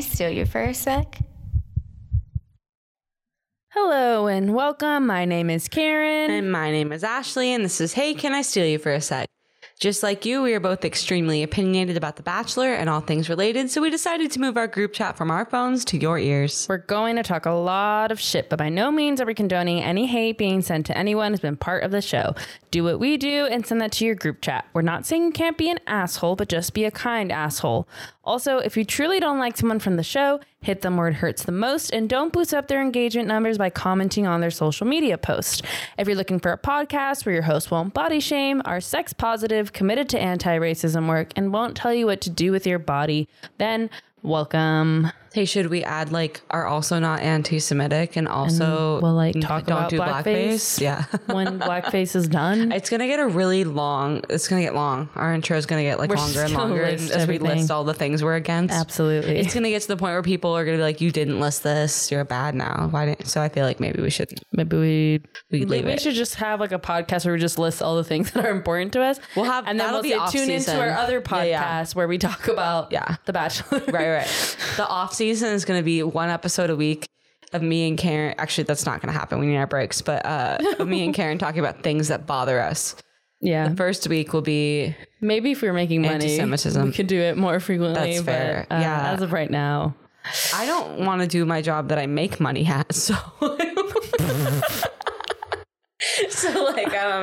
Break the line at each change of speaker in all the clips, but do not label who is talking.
steal you for a sec?
Hello and welcome. My name is Karen.
And my name is Ashley, and this is Hey, Can I Steal You for a Sec? Just like you, we are both extremely opinionated about The Bachelor and all things related, so we decided to move our group chat from our phones to your ears.
We're going to talk a lot of shit, but by no means are we condoning any hate being sent to anyone who's been part of the show. Do what we do and send that to your group chat. We're not saying you can't be an asshole, but just be a kind asshole. Also, if you truly don't like someone from the show, hit them where it hurts the most and don't boost up their engagement numbers by commenting on their social media post. If you're looking for a podcast where your host won't body shame, are sex positive, committed to anti racism work, and won't tell you what to do with your body, then welcome.
Hey, should we add, like, are also not anti Semitic and also
we'll, like,
n-
talk
don't
about
do
blackface?
blackface? Yeah.
when blackface is done.
It's gonna get a really long. It's gonna get long. Our intro is gonna get like
We're
longer
just
and
gonna
longer
list
as we
everything.
list all the things we're against.
Absolutely.
It's gonna get to the point where people are gonna be like, "You didn't list this. You're bad now." Why didn't? So I feel like maybe we should
maybe we
we leave
maybe we
it.
should just have like a podcast where we just list all the things that are important to us.
We'll have-
and then
that'll
we'll
be
say, tune into
off-season.
our other
Yeah,
podcast
yeah.
where we talk about
Yeah.
the Bachelor.
right, right. The off season is going to be one episode a week of me and Karen. Actually, that's not going to happen. We need our breaks, but uh, of me and Karen talking about things that bother us.
Yeah.
First week will be
Maybe if we were making money,
Anti-Semitism.
we could do it more frequently.
That's fair.
But, uh,
Yeah.
As of right now,
I don't want to do my job that I make money at, so. So like I
I
don't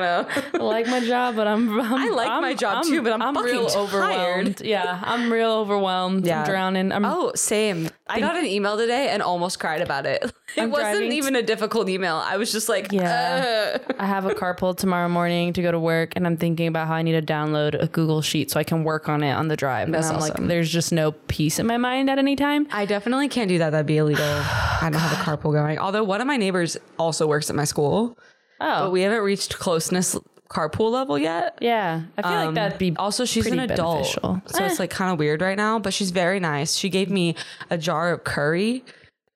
know.
like my job, but I'm, I'm I
like my job too, but I'm fucking
real
tired.
overwhelmed. Yeah, I'm real overwhelmed.
Yeah.
I'm drowning. I'm
Oh, same. I got an email today and almost cried about it. It
I'm
wasn't
driving
even a difficult email. I was just like,
Yeah.
"Ugh."
I have a carpool tomorrow morning to go to work, and I'm thinking about how I need to download a Google Sheet so I can work on it on the drive.
That's
and I'm
awesome.
like, there's just no peace in my mind at any time.
I definitely can't do that. That'd be illegal. I don't have a carpool going. Although one of my neighbors also works at my school,
Oh,
but we haven't reached closeness carpool level yet.
yeah. I feel like that'd Um, be
Um, Also, she's an
pretty
adult,
beneficial. Eh,
so it's like kind of weird right now. But she's very nice. She gave me a jar of curry.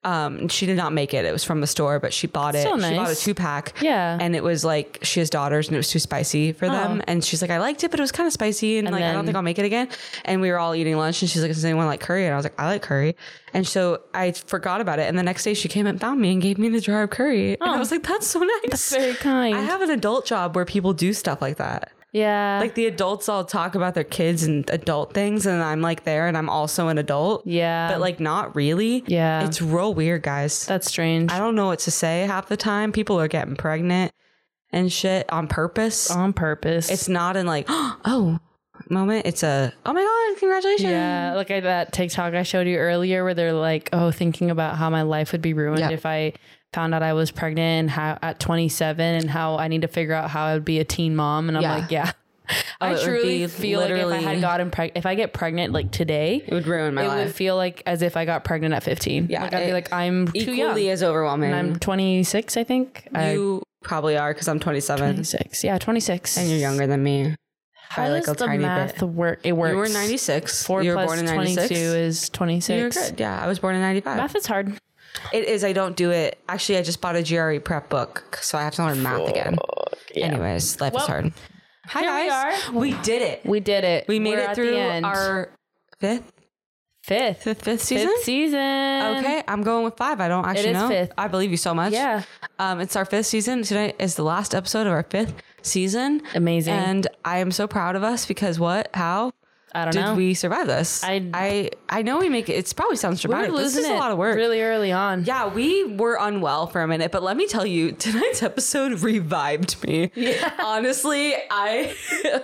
Um, she did not make it. It was from the store, but she bought it.
Still
She bought a
nice.
two pack.
Yeah. Oh.
and it was like she has daughters, and it was too spicy for them. And she's like, I liked it, but it was kind of spicy, and, like I
then-
don't think I'll make it again. And we were all eating lunch, and she's like, Does anyone like curry? And I was like, I like curry. And so I forgot about it. And the next day, she came and found me and gave me the jar of curry. And I was like, That's so nice.
Oh. That's very kind.
I have an adult job where people do stuff like that
yeah.
like the adults all talk about their kids and adult things and i'm like there and i'm also an adult
Yeah.
but like not really
Yeah.
it's real weird guys
that's strange.
i don't know what to say half the time people are getting pregnant and shit on purpose
On purpose.
it's not in like oh moment it's a oh my god congratulations
Yeah, like I, that TikTok I showed you earlier, where they're like, "Oh, thinking about how my life would be ruined
Yeah.
if I found out I was pregnant and how at 27, and how I need to figure out how I would be a teen mom." And I'm
Yeah. Oh,
like, "Yeah, I
it would
truly
be
feel like if I had
literally-
gotten pregnant, if I get pregnant like today,
it would ruin my
it would
life
feel like as if I got pregnant at 15.
Yeah,
like I'd be
it-
like, I'm too young.
equally as overwhelming
and I'm 26, I think. I,
you probably are because i'm 27
26, yeah, 26.
and you're younger than me
How
by, like,
does
a
the
tiny bit.
math work? It works.
you were 96
Four
you were
plus
born in 96
22 is
you're
26.
good yeah i was born in 95
Math is hard.
It is. I don't do it. Actually, I just bought a GRE prep book, so I have to learn math again. Anyways, life
Well,
is hard. Hi
here we
guys, we, did it.
We did it.
We made
We're
it
at the
through
end.
our fifth,
fifth,
fifth, fifth season.
fifth season.
Okay, I'm going with five. I don't actually
is
know.
fifth.
I believe you so much.
Yeah.
Um, it's our fifth season. Today is the last episode of our fifth season.
Amazing.
And I am so proud of us because what? How?
I don't
Did
know.
we survive this?
I-
I I know we make it. It's probably sounds
We
dramatic.
were
but
losing
this is
it
a lot of work.
really early on.
Yeah, we were unwell for a minute, but let me tell you, tonight's episode revived me. Honestly, I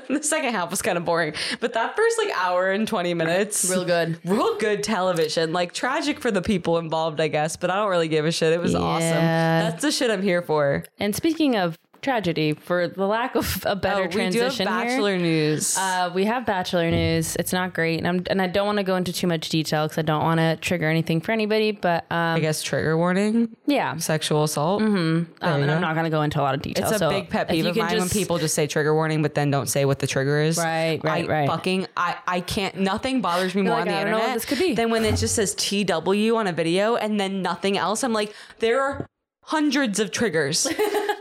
the second half was kind of boring, but that first like hour and 20 minutes,
Real good.
real good television. Like tragic for the people involved, I guess, but I don't really give a shit. It was awesome.
Yeah.
That's the shit I'm here for.
And speaking of tragedy, for the lack of a better
Oh, we do have
transition here,
bachelor news.
Uh, we have Bachelor news. It's not great, and, I'm, and I don't want to go into too much detail because I don't want to trigger anything for anybody. But um,
I guess trigger warning,
yeah,
sexual assault.
um, and I'm not going to go into a lot of detail.
It's a
so
big pet
if
peeve
you
of
can
mine when
just-
people just say trigger warning, but then don't say what the trigger is.
Right, right,
I
right.
Fucking, I, I can't. Nothing bothers me more
like,
on the
"I don't know
internet
what this could be."
than when it just says TW on a video and then nothing else. I'm like, there are hundreds of triggers.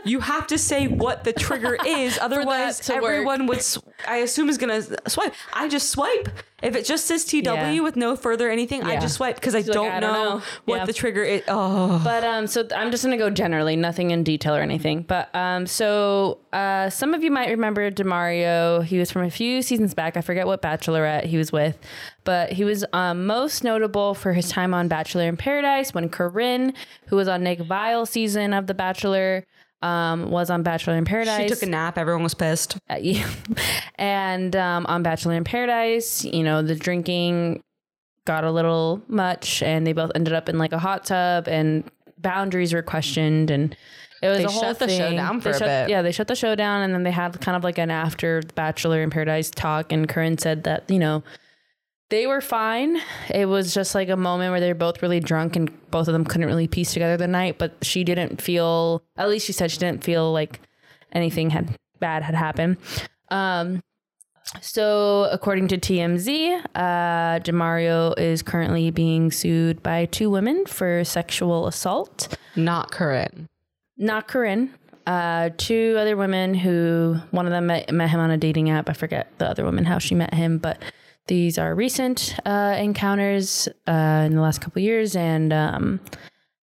you have to say what the trigger is. Otherwise,
to work.
everyone would, sw- I assume, is going to swipe. I just swipe. If it just says TW
Yeah.
with no further anything, I
Yeah.
just swipe because I,
like,
don't,
"I don't
know
know."
what
Yeah.
the trigger is. Oh,
But um, so th- I'm just gonna go generally, nothing in detail or anything. But um, so uh, some of you might remember Demario. He was from a few seasons back. I forget what Bachelorette he was with, but he was um, most notable for his time on Bachelor in Paradise when Corinne, who was on Nick Vile season of The Bachelor, um, was on Bachelor in Paradise.
she took a nap. Everyone was pissed.
at you. and um, on Bachelor in Paradise, you know, the drinking got a little much and they both ended up in like a hot tub and boundaries were questioned and it was
They
a whole
shut the show
thing.
down
They
for a
shut-
bit.
Yeah, they shut the show down and then they had kind of like an after Bachelor in Paradise talk and Corinne said that, you know, they were fine. It was just like a moment where they were both really drunk and both of them couldn't really piece together the night, but she didn't feel, at least she said she didn't feel like anything had bad had happened. Um, so according to TMZ, uh, Demario is currently being sued by two women for sexual assault.
Not current.
Not Corinne. Uh, two other women who one of them met, met him on a dating app. I forget the other woman how she met him, but these are recent uh, encounters uh, in the last couple years, and um,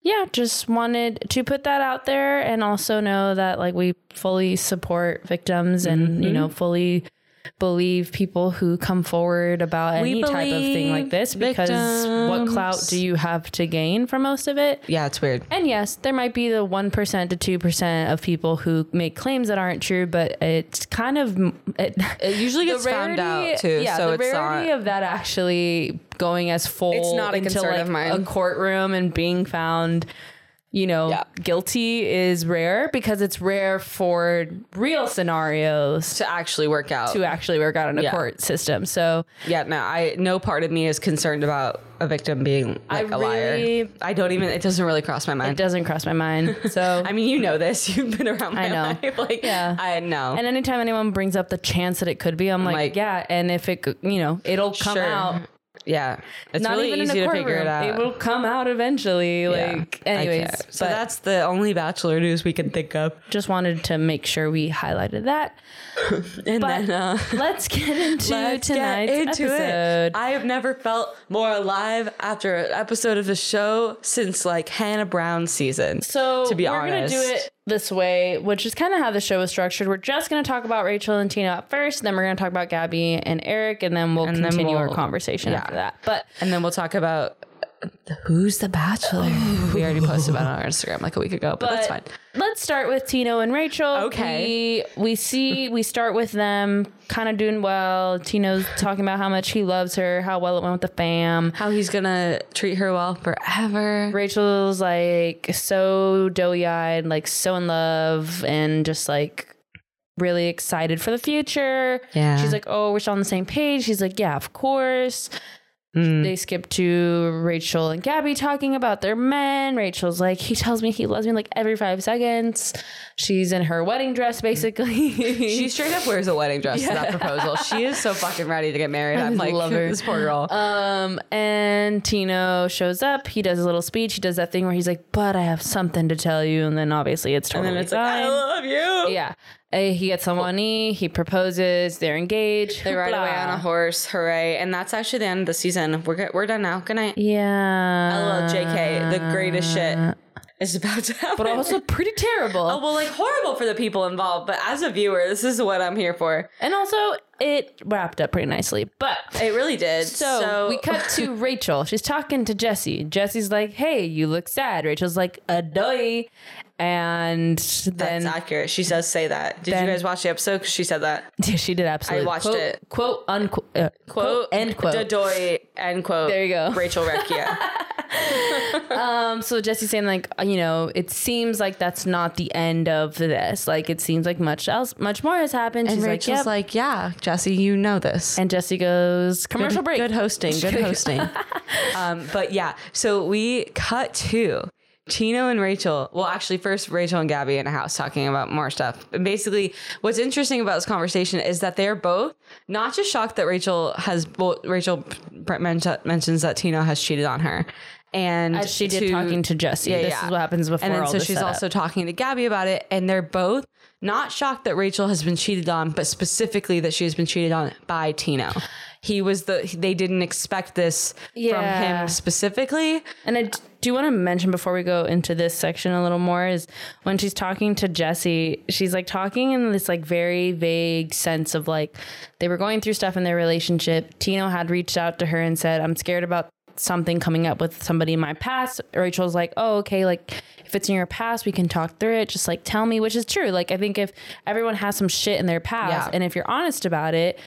yeah, just wanted to put that out there and also know that like we fully support victims and you know fully believe people who come forward about any type of thing like
believe
this because what clout do you have to gain from most of it?
Yeah, it's weird.
And yes, there might be the 1% to 2% of people who make claims that aren't true, but it's kind of. It,
It usually
the
gets found out too,
Yeah,
so
the
it's
rarity
not.
of that actually going as full
It's not a
into
concern
like
of mine.
a courtroom and being found, you know,
Yeah.
guilty is rare because it's rare for real scenarios
to actually work out.
to actually work out in a
Yeah.
court system. So
Yeah, no, I no part of me is concerned about a victim being like a liar.
really-
I don't even. It doesn't really cross my
it
mind.
doesn't cross my mind. So.
I mean, you know this. You've been around. My
I know.
Life. Like,
Yeah.
I know.
And anytime anyone brings up the chance that it could be, I'm like,
Oh. like-
yeah. And if it, could- you know, it'll come
Sure.
out.
yeah, it's
Not
really
even
easy
in a
to
courtroom.
figure it out.
will come out eventually.
Yeah,
Like,
I
anyways.
can't. so
but
that's the only Bachelor news we can think of.
just wanted to make sure we highlighted that.
And
But
then uh,
let's get into
let's
tonight's
get into
episode.
it. I have never felt more alive after an episode of the show since like Hannah Brown season.
So
to be
we're
honest,
gonna do it this way, which is kind of how the show is structured. We're just gonna talk about Rachel and Tina at first, then we're gonna talk about Gabby and Eric, and then we'll
And then
continue our
we'll-
conversation
yeah.
after that. But
And then we'll talk about the who's the bachelor. We already posted about it on our Instagram like a week ago, but, that's fine.
But Let's start with Tino and Rachel.
Okay.
We, we see, we start with them kind of doing well. Tino's talking about how much he loves her, how well it went with the fam.
How he's gonna treat her well forever.
Rachel's like so doughy eyed, like so in love, and just like really excited for the future.
Yeah.
She's like, oh, we're still on the same page. She's like, yeah, of course. They skip to Rachel and Gabby talking about their men. Rachel's like, he tells me he loves me like every five seconds. She's in her wedding dress, basically.
She straight up wears a wedding dress to that proposal. She is so fucking ready to get married. I'm like,
love her.
this poor girl.
Um, and Tino shows up. He does a little speech. He does that thing where he's like, "But I have something to tell you," and then obviously it's totally fine.
love you.
yeah, Uh, he gets on one knee. He proposes. They're engaged.
They ride away
Hoopla.
on a horse. Hooray! And that's actually the end of the season. We're good. we're done now. Good night. Uh,
Yeah.
Hello, JK. The greatest shit is about to happen.
But also pretty terrible.
well, like horrible for the people involved. But as a viewer, this is what I'm here for.
And also, it wrapped up pretty nicely. But
It really did.
so, we cut to Rachel. She's talking to Jesse. Jesse's like, "Hey, you look sad." Rachel's like, "Adoy," and
That's
then
accurate. She does say that. Did
then-
you guys watch the episode? 'Cause she said that.
she did absolutely.
watched
quote,
it.
Quote unquote. Uh, quote end quote.
Dodoy, end quote.
There you go.
Rachel Recchia.
so Jesse's saying like uh, you know it seems like that's not the end of this. Like it seems like much else, much more has happened. She's like, yep.
like, yeah, Jesse, you know this.
and Jesse goes commercial break.
Good hosting. Good hosting. um, but yeah, so we cut to Tino and Rachel. Well, actually, first Rachel and Gabby in a house talking about more stuff. And basically, what's interesting about this conversation is that they're both not just shocked that Rachel has. Well, Rachel men- mentions that Tino has cheated on her, and
As she did
to-
talking to Jesse.
Yeah,
this
yeah.
is what happens before
and then
all
so
this
she's
setup.
also talking to Gabby about it, and they're both not shocked that Rachel has been cheated on, but specifically that she has been cheated on by Tino. He was the they didn't expect this from
Yeah.
him specifically.
And I d- do want to mention before we go into this section a little more is when she's talking to Jesse, she's like talking in this like very vague sense of like they were going through stuff in their relationship. Tino had reached out to her and said, I'm scared about something coming up with somebody in my past. Rachel's like, Oh, okay, like if it's in your past, we can talk through it. Just like tell me, which is true. Like I think if everyone has some shit in their past
Yeah.
and if you're honest about it,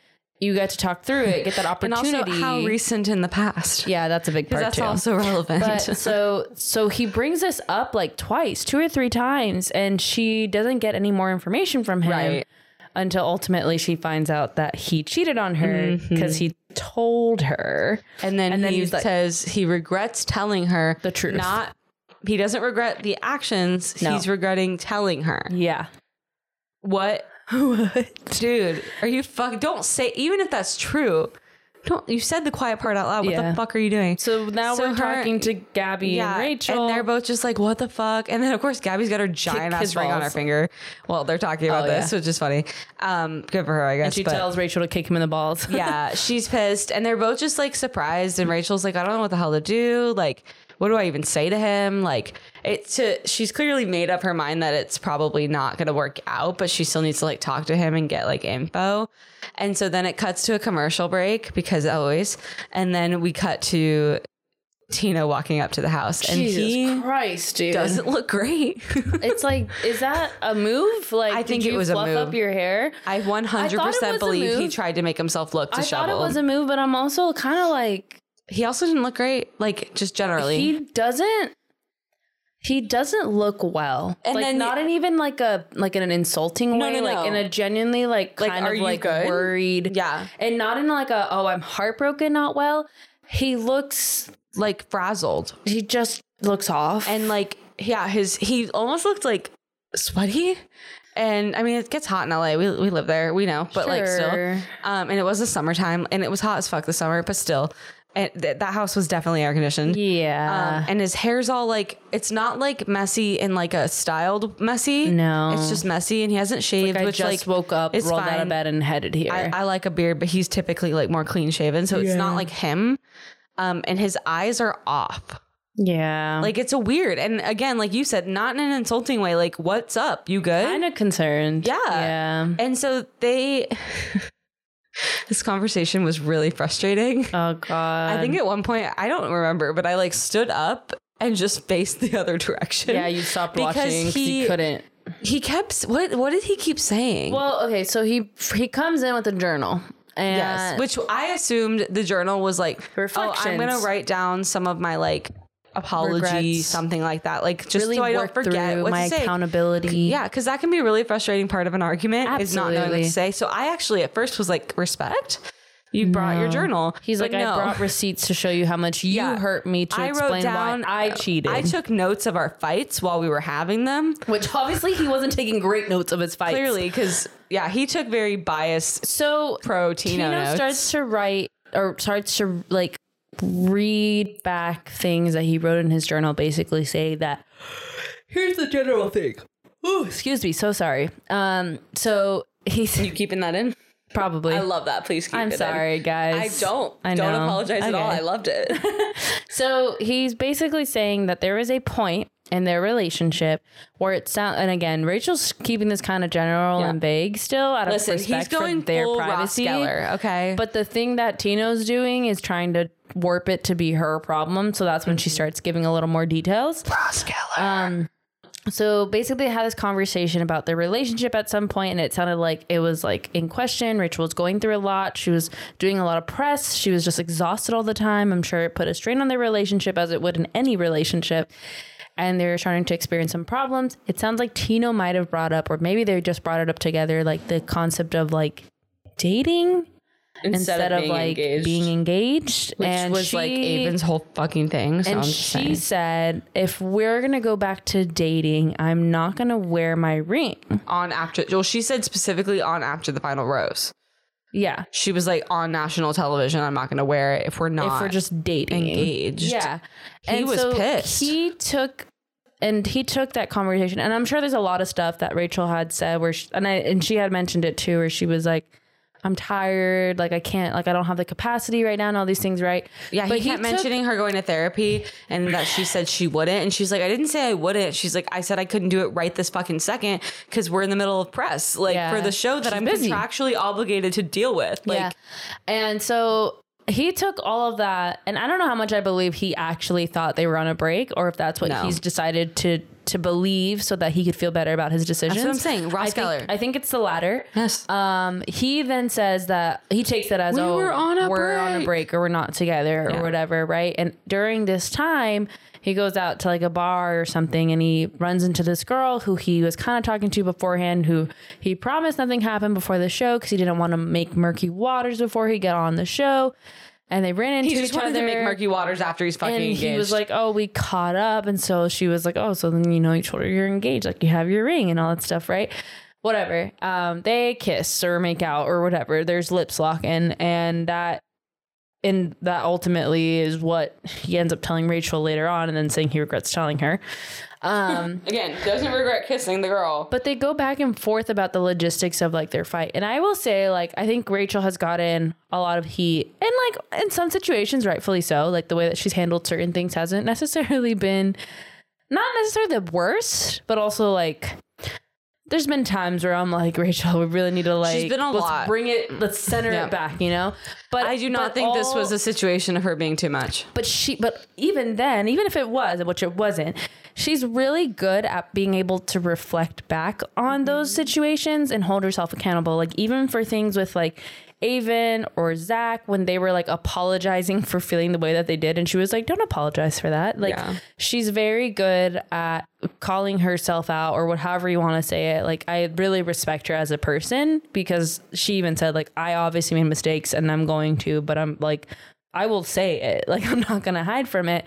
you get to talk through it, get that
And
opportunity.
also how recent in the past.
yeah, that's a big part
Because that's
too.
also relevant.
But so so he brings this up like twice, two or three times, and she doesn't get any more information from him
Right.
until ultimately she finds out that he cheated on her
Mm-hmm.
because he told her.
and then
and then
he
he's like-
says he regrets telling her
The truth.
Not he doesn't regret the actions.
No.
He's regretting telling her.
Yeah.
What? What? Dude, are you fuck? Don't say. Even if that's true, don't. You said the quiet part out loud. What
Yeah.
the fuck are you doing?
So now
So
we're
her-
talking to Gabby and Rachel.
and they're both just like, "What the fuck?" And then of course, Gabby's got her giant
his
ass ring on her
balls.
finger. Well, they're talking
Oh,
about this, which is funny. Um, good for her, I guess.
she
but-
tells Rachel to kick him in the balls.
yeah, she's pissed, and they're both just like surprised. And Rachel's like, I don't know what the hell to do. Like, what do I even say to him? Like, it's to she's clearly made up her mind that it's probably not going to work out, but she still needs to like talk to him and get like info. And so then it cuts to a commercial break because always, and then we cut to Tina walking up to the house, and he
Christ, dude.
doesn't look great.
it's like, is that a move? Like,
I
did
think it
you
was a
fluff
move.
up your hair?
I 100
was a
percent believe he
move.
tried to make himself look
I
disheveled.
thought it was a move, but I'm also kind of like,
he also didn't look great, like just generally.
he doesn't he doesn't look well
And
like
then-
not in even like a like in an insulting
No,
way
no,
like in
no.
a genuinely like
Like,
kind
are
of
you
like
good?
worried
Yeah.
and not in like a oh i'm heartbroken not well he looks
like frazzled
he just looks off
and like yeah his he almost looked like sweaty and i mean it gets hot in la we, we live there we know but like still
Sure.
um and it was the summertime and it was hot as fuck this summer but still and th- that house was definitely air conditioned
yeah
um, and his hair's all like it's not like messy and like a styled messy
No.
it's just messy and he hasn't shaved
i
which
just
like
woke up rolled
it's
out
fine.
of bed and headed here
I, I like a beard, but he's typically like more clean shaven, so it's not like him. Um, and his eyes are off.
yeah
Like it's a weird. And again, like you said, not in an insulting way. Like, what's up? You good?
kind of concerned
Yeah.
yeah
And so they. this conversation was really frustrating.
oh god
I think at one point I don't remember, but I like stood up and just faced the other direction.
yeah you stopped
Because
watching 'cause
he-
you couldn't
He kept s- what? What did he keep saying?
Well, okay, so he he comes in with a journal. And
Yes, which I assumed the journal was like, oh, I'm
Reflections.
going to write down some of my like apology,
Regrets.
something like that, like just
really
so I don't
work
forget
through
what
my
to say.
accountability.
Yeah, because that can be a really frustrating part of an argument is not knowing what
Absolutely.
to say. So I actually at first was like, respect. You brought your journal.
um, He's
But
like, I brought receipts to show you how much you
Yeah.
hurt me to
I
explain
wrote down. uh,
why I cheated.
I took notes of our fights while we were having them.
which obviously he wasn't taking great notes of his fights.
Clearly, because yeah, he took very biased
So
pro Tino
Tino
notes.
starts to write or starts to like read back things that he wrote in his journal, basically saying that here's the general thing. Ooh, excuse me, so sorry. Um, so he's
you keeping that in?
probably
I love that. Please keep
I'm
it in.
sorry,
I
guys.
don't.
I
Don't
know.
apologize at all.
Okay.
I loved it.
So he's basically saying that there is a point in their relationship where it sound and again Rachel's keeping this kind of general
Yeah.
and vague still out of
Listen, he's
respect
going
for their
full
privacy.
Ross Geller, okay?
But the thing that Tino's doing is trying to warp it to be her problem. So that's when
Mm-hmm.
she starts giving a little more details.
Ross Geller.
So basically, they had this conversation about their relationship at some point, and it sounded like it was like in question. Rachel was going through a lot. She was doing a lot of press. She was just exhausted all the time. I'm sure it put a strain on their relationship, as it would in any relationship. And they were starting to experience some problems. It sounds like Tino might have brought up, or maybe they just brought it up together, like the concept of like dating instead, of, like being engaged,
which was like Avon's whole fucking thing. So
and
I'm just
she
saying.
said, if we're going to go back to dating, I'm not going to wear my ring.
on after. Well, she said specifically on after the final rose.
Yeah.
She was like on national television. I'm not going to wear it if we're not.
If we're just dating.
engaged.
Yeah.
He was pissed.
He took and he took that conversation and I'm sure there's a lot of stuff that Rachel had said where she, and I and she had mentioned it too where she was like I'm tired, like I can't like I don't have the capacity right now and all these things, right?
yeah, he
But
kept
took-
mentioning her going to therapy and that she said she wouldn't. And she's like, I didn't say I wouldn't. She's like, I said I couldn't do it right this fucking second because we're in the middle of press, like
Yeah.
for the show that
She's
I'm
busy.
contractually obligated to deal with. Like,
yeah. And so he took all of that and I don't know how much I believe he actually thought they were on a break or if that's what
No.
he's decided to to believe so that he could feel better about his decisions.
I'm saying. Ross
I think-
Geller.
I think it's the latter.
yes.
Um, he then says that he takes that as
We
oh
were on a
we're on a break or we're not together or whatever, right? And during this time, he goes out to like a bar or something and he runs into this girl who he was kind of talking to beforehand, who he promised nothing happened before the show because he didn't want to make murky waters before he got on the show. And they ran into
he just
each
wanted
other
to make murky waters after he's fucking
and
engaged.
he was like, "Oh, we caught up," and so she was like, "Oh, so then you know each other, you're engaged, like you have your ring and all that stuff, right?" Whatever. Um, they kiss or make out or whatever. There's lips locking, and that, and that ultimately is what he ends up telling Rachel later on, and then saying he regrets telling her. Um,
again, doesn't regret kissing the girl.
but they go back and forth about the logistics of like their fight. And I will say, like, I think Rachel has gotten a lot of heat, and like in some situations, rightfully so. Like the way that she's handled certain things hasn't necessarily been, not necessarily the worst, but also like. There's been times where I'm like, Rachel, we really need to like
been a
let's
lot.
bring it, let's center
Yeah.
it back, you know. But
I do not
but
think this was
all-
a situation of her being too much.
but she but even then even if it was which it wasn't she's really good at being able to reflect back on those situations and hold herself accountable like even for things with like Avon or Zach when they were like apologizing for feeling the way that they did and she was like don't apologize for that like
Yeah.
she's very good at calling herself out or whatever you want to say it like I really respect her as a person because she even said like I obviously made mistakes and I'm going to but I'm like I will say it. Like I'm not gonna hide from it.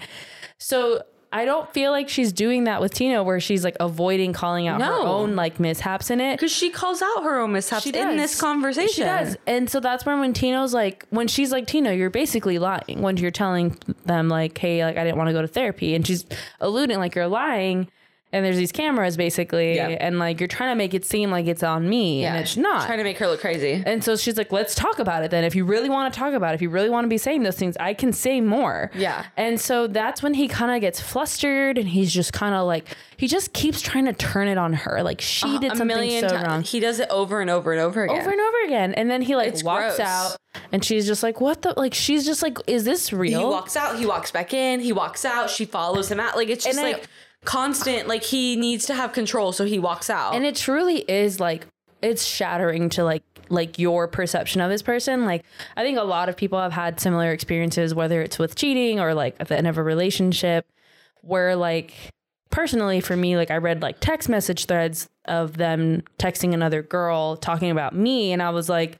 So I don't feel like she's doing that with Tina, where she's like avoiding calling out
No.
her own like mishaps in it.
Because she calls out her own mishaps
She
in
does.
this conversation.
She does, and so that's when when Tino's like, when she's like, Tina, you're basically lying when you're telling them like, hey, like I didn't want to go to therapy, and she's alluding like you're lying. And there's these cameras basically,
Yeah.
and like you're trying to make it seem like it's on me, and it's not.
Trying to make her look crazy.
And so she's like, let's talk about it then. If you really want to talk about it, if you really want to be saying those things, I can say more.
Yeah.
And so that's when he kind of gets flustered and he's just kind of like, he just keeps trying to turn it on her. Like she did something so
Uh-huh. ti-
wrong.
He does it over and over and over again.
Over and over again. And then he like
It's
walks
gross.
out and she's just like, what the? Like, she's just like, is this real?
he walks out, he walks back in, he walks out, she follows him out. Like it's just
And I-
like constant, like he needs to have control, so he walks out.
and it truly is like it's shattering to like like your perception of this person like i think a lot of people have had similar experiences whether it's with cheating or like at the end of a relationship where like personally for me like i read like text message threads of them texting another girl talking about me and i was like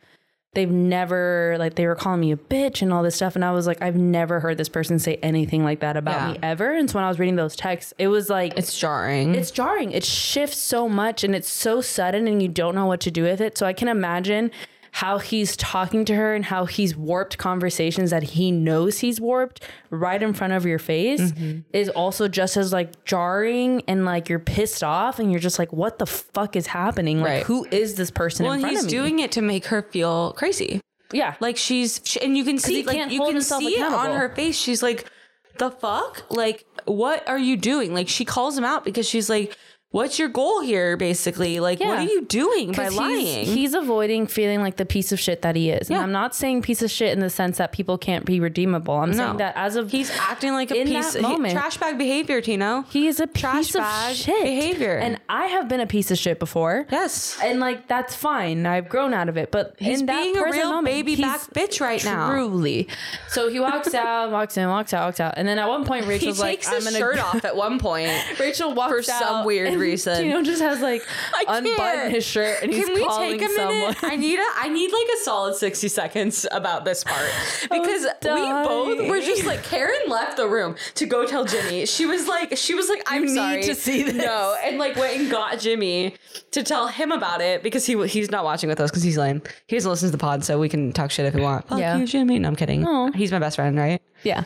they've never like they were calling me a bitch and all this stuff and i was like i've never heard this person say anything like that about
Yeah.
me ever and so when i was reading those texts it was like
it's jarring.
it's jarring. It shifts so much and it's so sudden and you don't know what to do with it. So I can imagine how he's talking to her and how he's warped conversations that he knows he's warped right in front of your face
Mm-hmm.
is also just as like jarring and like you're pissed off and you're just like what the fuck is happening? Like
Right.
who is this person
well,
in
and
front
he's
of me?
doing it to make her feel crazy.
yeah.
Like she's, she, and you can see,
he
like
can't
you
hold
can
himself
see it on
accountable.
her face. She's like, the fuck, like what are you doing? Like she calls him out because she's like, what's your goal here? Basically, like what
Yeah.
are you doing by
'Cause
lying?
He's, he's avoiding feeling like the piece of shit that he is.
Yeah.
And I'm not saying piece of shit in the sense that people can't be redeemable. I'm saying that as of
he's acting like a
in
piece
that
he-
moment-
trash bag behavior, Tino.
He is a
Trash
piece of
bag
shit
behavior.
and I have been a piece of shit before.
yes.
And like that's fine. I've grown out of it. But
He's
in that
being a
present
real
moment,
baby
he's
back bitch right now.
Truly. So he walks out, walks in, walks out, walks out, and then at one point Rachel's like, "I'm gonna."
off at one point.
Rachel walks
for some
out
weird
and
reason.
Tino just has like
I can't.
unbuttoned his shirt and he's
Can we
calling
take a
someone.
minute? I need a I need like a solid 60 seconds about this part. Because we
dying.
both were just like Karen left the room to go tell Jimmy. She was like she was like I'm
need
sorry
to see this.
No, and like went and got Jimmy to tell him about it because he he's not watching with us because he's lame. He doesn't listen to the pod, so we can talk shit if we want. Fuck
Yeah.
you, Jimmy. No, I'm kidding.
Aw.
He's my best friend, right?
Yeah.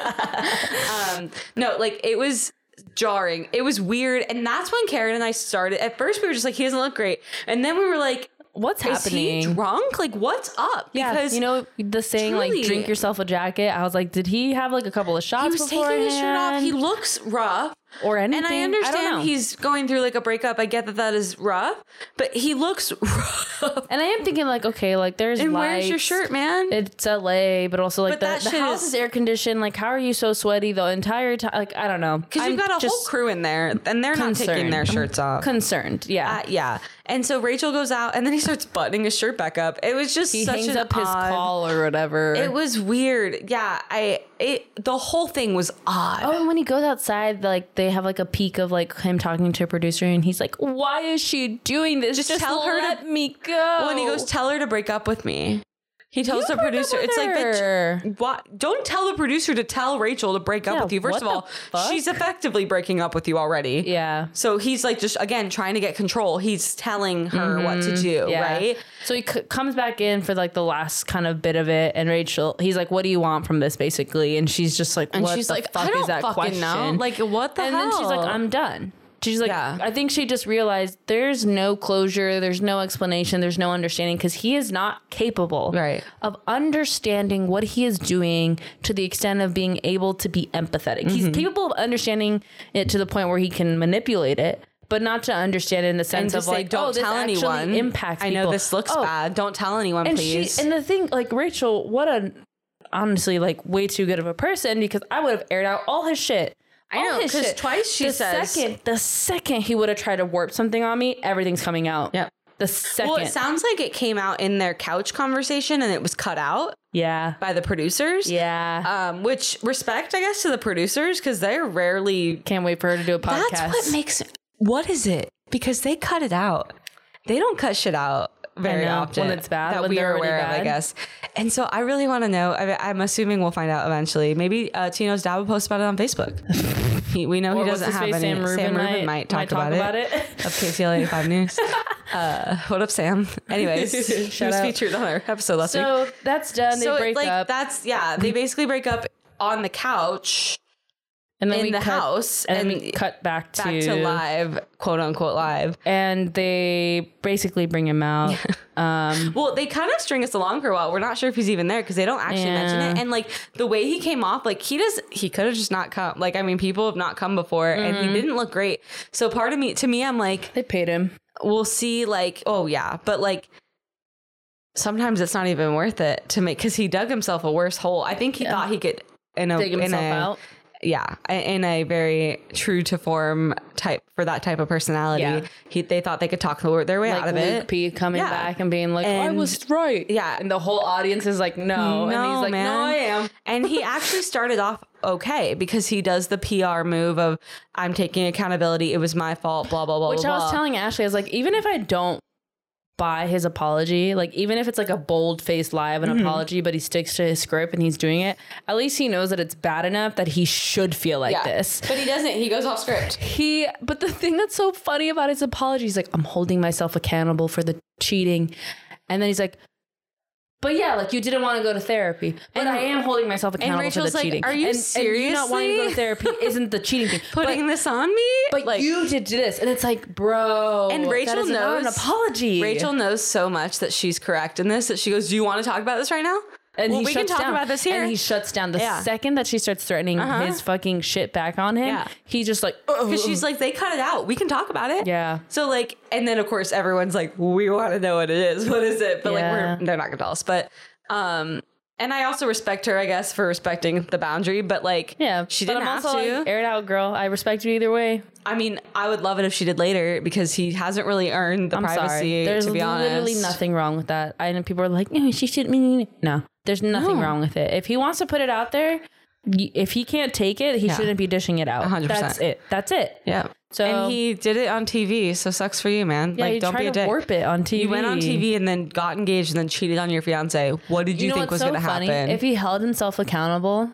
um, no, like it was jarring. It was weird, and that's when Karen and I started. At first, we were just like, he doesn't look great, and then we were like,
What's
is
happening?
he drunk? Like, what's up?
Yeah,
Because
you know the saying
truly-
like drink yourself a jacket. I was like, did he have like a couple of shots
he was taking his shirt off. He
beforehand
looks rough.
or anything?
And I
don't
understand
know.
he's going through like a breakup. I get that that is rough, but he looks rough.
And I am thinking like, okay, like there's
And where's your
lights.
shirt, man?
It's LA, but also like
But
the,
that
the
shit
house
is-
is air conditioned. Like, how are you so sweaty the entire time? Like, I don't know.
Because
I'm
you've got a whole
just
crew in there, and they're not taking
concerned.
their shirts off.
concerned. Yeah,
Uh, yeah. And so Rachel goes out and then he starts buttoning his shirt back up. It was just
he
such
hangs
an
up his
odd-
call or whatever.
It was weird. Yeah, I it the whole thing was odd.
Oh, and when he goes outside, like they have like a peek of like him talking to a producer, and he's like, "Why is she doing this? Just,
tell her to-
let me go."
When he goes, tell her to break up with me. He tells the producer, it's like, bitch, why, don't tell the producer to tell Rachel to break up
Yeah,
with you.
what
First of all,
the fuck?
she's effectively breaking up with you already.
yeah,
So he's like, just again, trying to get control. He's telling her what to do,
yeah.
right?
So he c- comes back in for like the last kind of bit of it, and Rachel, he's like, "What do you want from this?" Basically, and she's just like,
And
"What
she's
the
like,
fuck
I don't
is that
fucking
question?"
know. Like, what the
and then she's
hell?
like, "I'm done." She's like,
Yeah.
I think she just realized there's no closure, there's no explanation, there's no understanding because he is not capable
Right.
of understanding what he is doing to the extent of being able to be empathetic.
Mm-hmm.
He's capable of understanding it to the point where he can manipulate it, but not to understand it in the sense
to
of
say,
like,
don't
oh, this
tell
actually
anyone.
impacts.
I know
people."
this looks
Oh,
bad. Don't tell anyone,
and
please.
she and the thing like Rachel, what a honestly like way too good of a person because I would have aired out all his shit. I
know, 'cause twice she
the
says-
second the second he would have tried to warp something on me, everything's coming out.
Yep.
The second,
Well, it sounds like it came out in their couch conversation and it was cut out
yeah,
by the producers.
yeah.
Um, which respect, I guess, to the producers because they're rarely.
Can't wait for her to do a podcast.
That's what makes. What is it? Because they cut it out. They don't cut shit out very
know,
often
when it's bad,
that
when
we
they're
are
already
aware of, I
bad.
guess. And so I really want to know. I, I'm assuming we'll find out eventually. Maybe uh, Tino's dad will post about it on Facebook. he, we know
Or
he
what's
doesn't
his
have
face,
any.
Sam Rubin might-
might talk
might
about, it. of KCLA 85 News. Uh, what up, Sam? Anyways, she
Shout
was
out.
featured on our episode last week.
so that's done. They
it,
break
like
up,
that's yeah, they basically break up on the couch
and then
in
we
the
cut,
house
and,
and,
then we cut back to,
back to live, quote unquote live.
and they basically bring him out. um,
Well, they kind of string us along for a while. We're not sure if he's even there because they don't actually mention
Yeah.
it. And like the way he came off, like he does, he could have just not come. Like I mean, people have not come before, and
Mm-hmm.
he didn't look great. So part of me, to me, I'm like,
they paid him.
we'll see like oh yeah but like sometimes it's not even worth it to make because he dug himself a worse hole i think he thought he could in a,
Dig
in
himself
a-
out.
yeah in a very true to form type for that type of personality
Yeah.
he, they thought they could talk their their way out
like
of
Luke
it
P coming
Yeah.
back and being like, "I
And-
was right."
Yeah.
and the whole audience is like, "No," Oh, and he's like, "No, I am."
and he actually started off okay because he does the PR move of I'm taking accountability. It was my fault. Blah blah blah.
Which
blah,
I was
blah.
telling Ashley, I was like, even if I don't buy his apology, like even if it's like a bold faced lie of an apology, but he sticks to his script and he's doing it, at least he knows that it's bad enough that he should feel like this.
but he doesn't. He goes off script.
He, but the thing that's so funny about his apology, he's like, I'm holding myself accountable for the cheating. And then he's like, but yeah, like you didn't want to go to therapy, but
And-
I am holding myself accountable
Rachel's
for the
like,
cheating.
"Are you
and, And you not wanting to go to
seriously?"
therapy isn't the cheating thing.
Putting this on me,
but, but you did this, and it's like, bro.
And Rachel
that is not an
knows-
apology.
Rachel knows so much that she's correct in this that she goes, "Do you want to talk about this right now?"
and
well,
he
we
shuts
can talk
down.
about this here.
And he shuts down the
Yeah. Uh-huh.
second that she starts threatening his fucking shit back on him.
Yeah.
He just like,
because she's like, they cut it out. We can talk about it.
Oh. Yeah.
So like, and then of course everyone's like, we want to know what it is. What is it? But
Yeah.
like, we're, they're not gonna tell us. But um, and I also respect her, I guess, for respecting the boundary. But like,
yeah,
she
but
didn't
I'm
have
also
to.
Like, air it out, girl. I respect you either way.
I mean, I would love it if she did later because he hasn't really earned the
I'm
privacy.
sorry. There's
to be honest,
literally nothing wrong with "Oh, that. I know people are like, no, she shouldn't. be-" No, there's nothing wrong with it. If he wants to put it out there, y- if he can't take it, he shouldn't be dishing it out.
100%.
That's it. That's it.
Yeah.
So-
and he did it on TV, so sucks for you, man.
Yeah,
like,
you
don't
try
be a
to
dick.
warp it on TV.
You went on TV and then got engaged and then cheated on your fiance. What did you,
know
think
what's
was going to happen?
If he held himself accountable,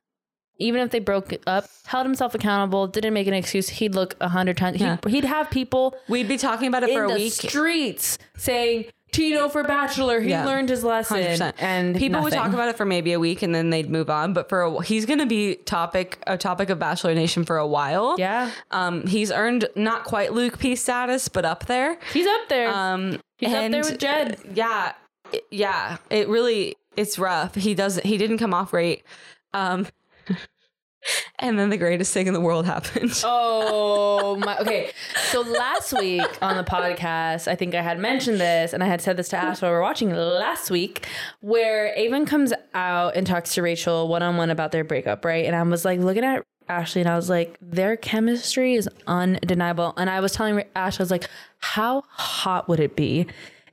even if they broke up, held himself accountable, didn't make an excuse, he'd look a hundred times.
Yeah.
He'd, he'd have people
We'd be talking about it for
in
a
the
week.
streets saying Tino for Bachelor. He
Yeah.
learned his lesson,
100%.
and
people would talk
nothing.
about it for maybe a week and then they'd move on. But for a, he's going to be topic a topic of Bachelor Nation for a while.
Yeah,
Um, he's earned not quite Luke P status, but up there.
he's up there.
Um,
He's up there
and,
with Jed.
uh, Yeah, it- yeah. It really, it's rough. He doesn't. He didn't come off great. Um, and then the greatest thing in the world happened.
Oh my. Okay. So last week on the podcast, I think I had mentioned this and I had said this to Ash while we were watching it last week, where Avon comes out and talks to Rachel one on one about their breakup, right? And I was like looking at Ashley and I was like, their chemistry is undeniable. And I was telling Ra- Ash, I was like, how hot would it be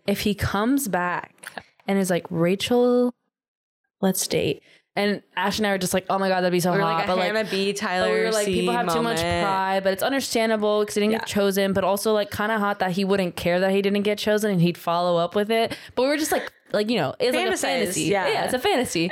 if he comes back and is like, Rachel, let's date? And Ash and I were just like, oh my God, that'd be so
We're
hot.
like a
but like,
Hannah B. Tyler.
but we were like,
C
people have too much
moment.
pride, but it's understandable because he didn't get chosen. But also, like, kind of hot that he wouldn't care that he didn't get chosen and he'd follow up with it. But we were just like, like you know, it's like a
Fantasize,
fantasy.
yeah.
yeah, it's a fantasy.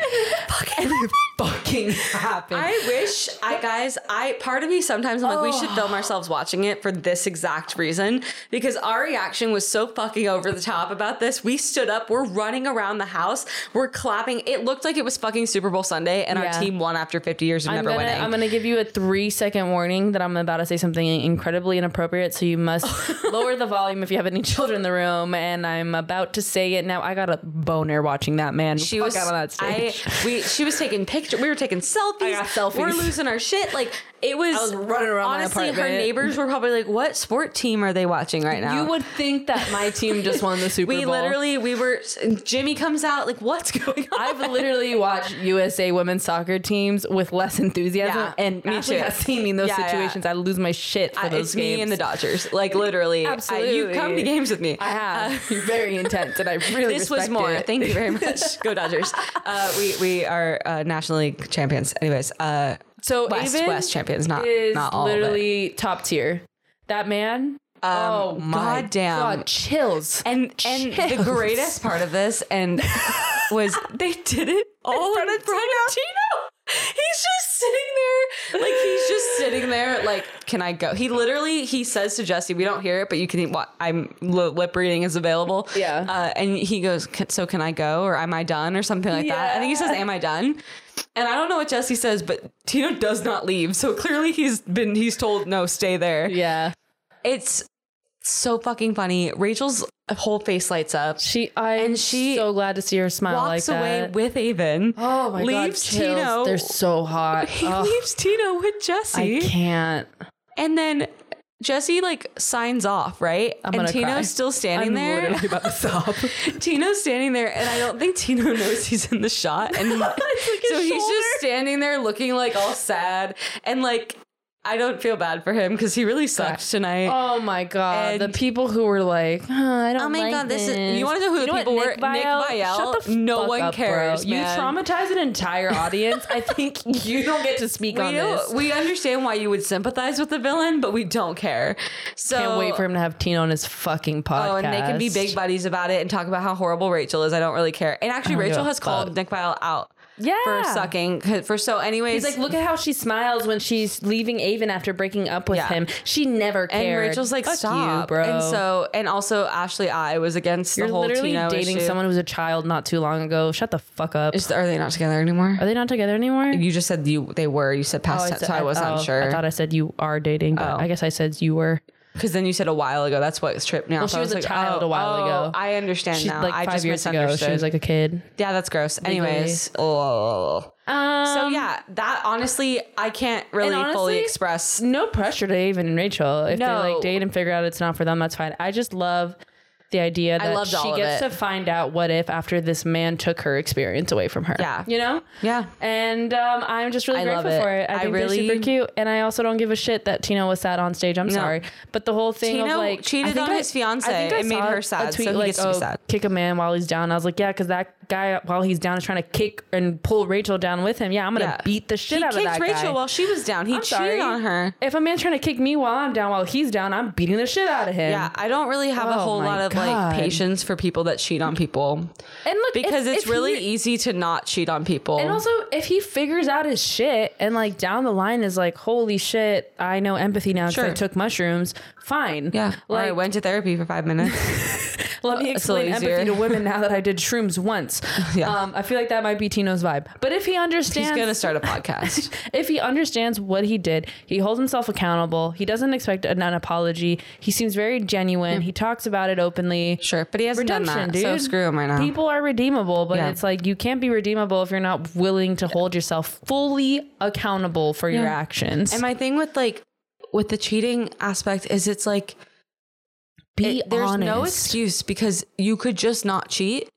fucking happen. I wish I guys, I part of me sometimes I'm like, we should
Oh.
film ourselves watching it for this exact reason. Because our reaction was so fucking over the top about this. We stood up, we're running around the house, we're clapping. It looked like it was fucking Super Bowl Sunday and
Yeah.
our team won after 50 years of
I'm
never
gonna,
winning.
I'm gonna give you a three second warning that I'm about to say something incredibly inappropriate. So you must lower the volume if you have any children in the room. And I'm about to say it now. I got a boner watching that man.
she
fuck
was
out on that
I,
stage.
we she was taking pictures. We were taking selfies.
I got selfies.
We're losing our shit. Like it was,
was running around my
Honestly, her
apartment.
neighbors were probably like, "What sport team are they watching right now?"
you would think that my team just won the Super
We
Bowl.
literally, we were. Jimmy comes out like, what's going on?
I've literally watched USA women's soccer teams with less enthusiasm,
Yeah,
and
me
Ashley
too.
has seen me in those
Yeah, yeah.
situations. I lose my shit for
I-
those
it's
games.
me and the Dodgers. Like literally, I- you
Absolutely.
come to games with me.
I have. You're very intense, and I really
This was
respect
more.
it.
Thank you very much. Go Dodgers. Uh, we we are uh, National League champions. Anyways, uh,
So
West
Avon
West champions. Not
is
not all. Literally.
literally top tier. That man. oh my
goddamn.
God, chills.
And and the
Chills.
greatest part of this and was they did it all in front of Tino. He's just sitting there, like he's just sitting there, like, can I go? He literally he says to Jesse, we don't hear it, but you can. wa- I'm li- lip reading is available.
Yeah.
uh, and he goes, "Can- so can I go or am I done or something like that? I think he says, am I done? And I don't know what Jesse says, but Tino does not leave. So clearly he's been he's told no, stay there.
yeah,
It's so fucking funny. Rachel's whole face lights up.
she. I am
And she
so glad to see her smile
walks
like
away
that.
with Avon.
oh my
leaves
God, chills.
Tino.
They're so hot.
he
Ugh,
leaves Tino with
I
Jesse,
can't.
and then Jesse like signs off, right?
I'm
and
gonna
Tino's
cry.
still standing
I'm
there.
literally about to sob.
Tino's standing there, and I don't think Tino knows he's in the shot. And
his
so he's
shoulder.
just standing there, looking like all sad, and like I don't feel bad for him because he really sucked tonight.
Oh my god,
And-
the people who were like, "Huh, I don't.
Oh my
like
God,
this.
this is- you wanna know who the
what,
people were? Nick Viall?
Shut the
No
fuck
one
up, bro.
cares,
You
man.
traumatize an entire audience. I think you don't get to speak
we
on
know-
this.
we understand why you would sympathize with the villain, but we don't care. So
Can't wait for him to have Tino on his fucking podcast.
Oh, and they can be big buddies about it and talk about how horrible Rachel is. I don't really care. And actually,
don't give
Rachel
a
has called Nick Vile out
Yeah.
for sucking. 'cause- For so, anyways,
He's like, look at how she smiles when she's leaving Avon after breaking up with
Yeah.
him. She never
and
cared.
Rachel's like,
Fuck you,
stop,
bro.
And so, and also Ashley, I was against
you're
the whole
literally
Tino
dating
issue.
someone who's a child not too long ago. Shut the fuck up.
Is- are they not together anymore?
Are they not together anymore?
you just said you they were. You said past tense, so I Oh. was
oh,
unsure.
I thought I said you are dating, but I guess I said you were.
Because then you said a while ago. That's what tripped me off.
she
I
was a
like,
child
oh,
a while
oh,
ago.
I understand
She's
now.
like
I
five
just
years ago.
misunderstood.
She was like a kid.
yeah, that's gross. Anyways, oh.
Um,
so yeah, that honestly, I can't really fully
honestly,
express
no pressure to Avon and Rachel if
No.
they like date and figure out it's not for them. That's fine. I just love the idea that
loved all
she
of
gets
it.
to find out what if after this man took her experience away from her.
Yeah.
You know?
Yeah.
And um, I'm just really
I love
grateful
it.
for it. I,
I
think
really-
they're super cute. And I also don't give a shit that Tina was sad on stage. I'm sorry. But the whole thing of
Tino
like
cheated
I think
on
I-
his fiancée.
I think I
It made
saw
her
a
sad,
tweet
so he
like,
gets to be
"Oh,
sad."
Kick a man while he's down. I was like, yeah, because that guy while he's down is trying to kick and pull Rachel down with him. Yeah, I'm gonna
Yeah.
beat the shit
he
out of
kicked
that
Rachel
guy.
while she was down. He
I'm
cheated
sorry.
on her.
If a man's trying to kick me while I'm down, while he's down, I'm beating the shit out of him.
Yeah, I don't really have a
Oh
whole
my
lot of
God.
like patience for people that cheat on people
And look, if-
because it's
if
really
he-
easy to not cheat on people.
And also, if he figures out his shit and like down the line is like, holy shit, I know empathy now because I
Sure.
took mushrooms. Fine.
yeah, or I
Like,
went to therapy for five minutes.
let me
it's a
explain
little
empathy
easier.
to women now that I did shrooms once.
Yeah.
Um, I feel like that might be Tino's vibe. But if he
He's
understands,
gonna start a podcast.
if he understands what he did, he holds himself accountable. He doesn't expect an, an apology. He seems very genuine. He talks about it openly.
sure, but he hasn't done
Redemption,
that,
dude.
so screw him right now.
People are redeemable, but
Yeah.
it's like you can't be redeemable if you're not willing to hold yourself fully accountable for your
Yeah.
actions.
and my thing with like with the cheating aspect is it's like
be
it- there's no excuse because you could just not cheat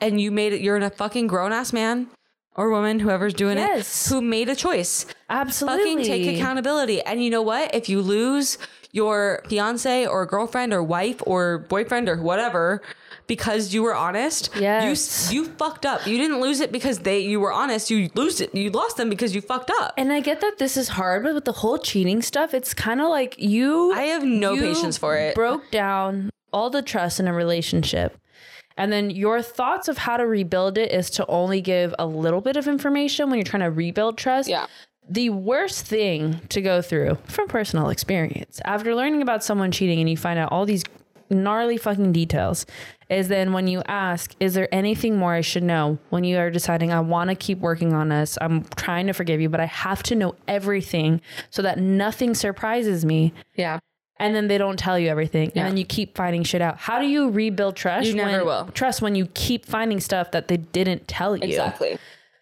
and you made it you're a fucking grown ass man or woman whoever's doing
Yes.
it who made a choice
Absolutely.
fucking take accountability and you know what if you lose your fiance or girlfriend or wife or boyfriend or whatever because you were honest you
Yes.
s- you fucked up you didn't lose it because they you were honest you lose it you lost them because you fucked up
And I get that this is hard, but with the whole cheating stuff, it's kind of like you.
I have no
you
patience for it.
Broke down all the trust in a relationship. And then your thoughts of how to rebuild it is to only give a little bit of information when you're trying to rebuild trust.
Yeah.
The worst thing to go through from personal experience after learning about someone cheating and you find out all these gnarly fucking details is then when you ask, Is there anything more I should know? When you are deciding, I want to keep working on this, I'm trying to forgive you, but I have to know everything so that nothing surprises me
yeah
and then they don't tell you everything
Yeah.
and then you keep finding shit out how do you rebuild trust
You never
when,
will.
trust when you keep finding stuff that they didn't tell you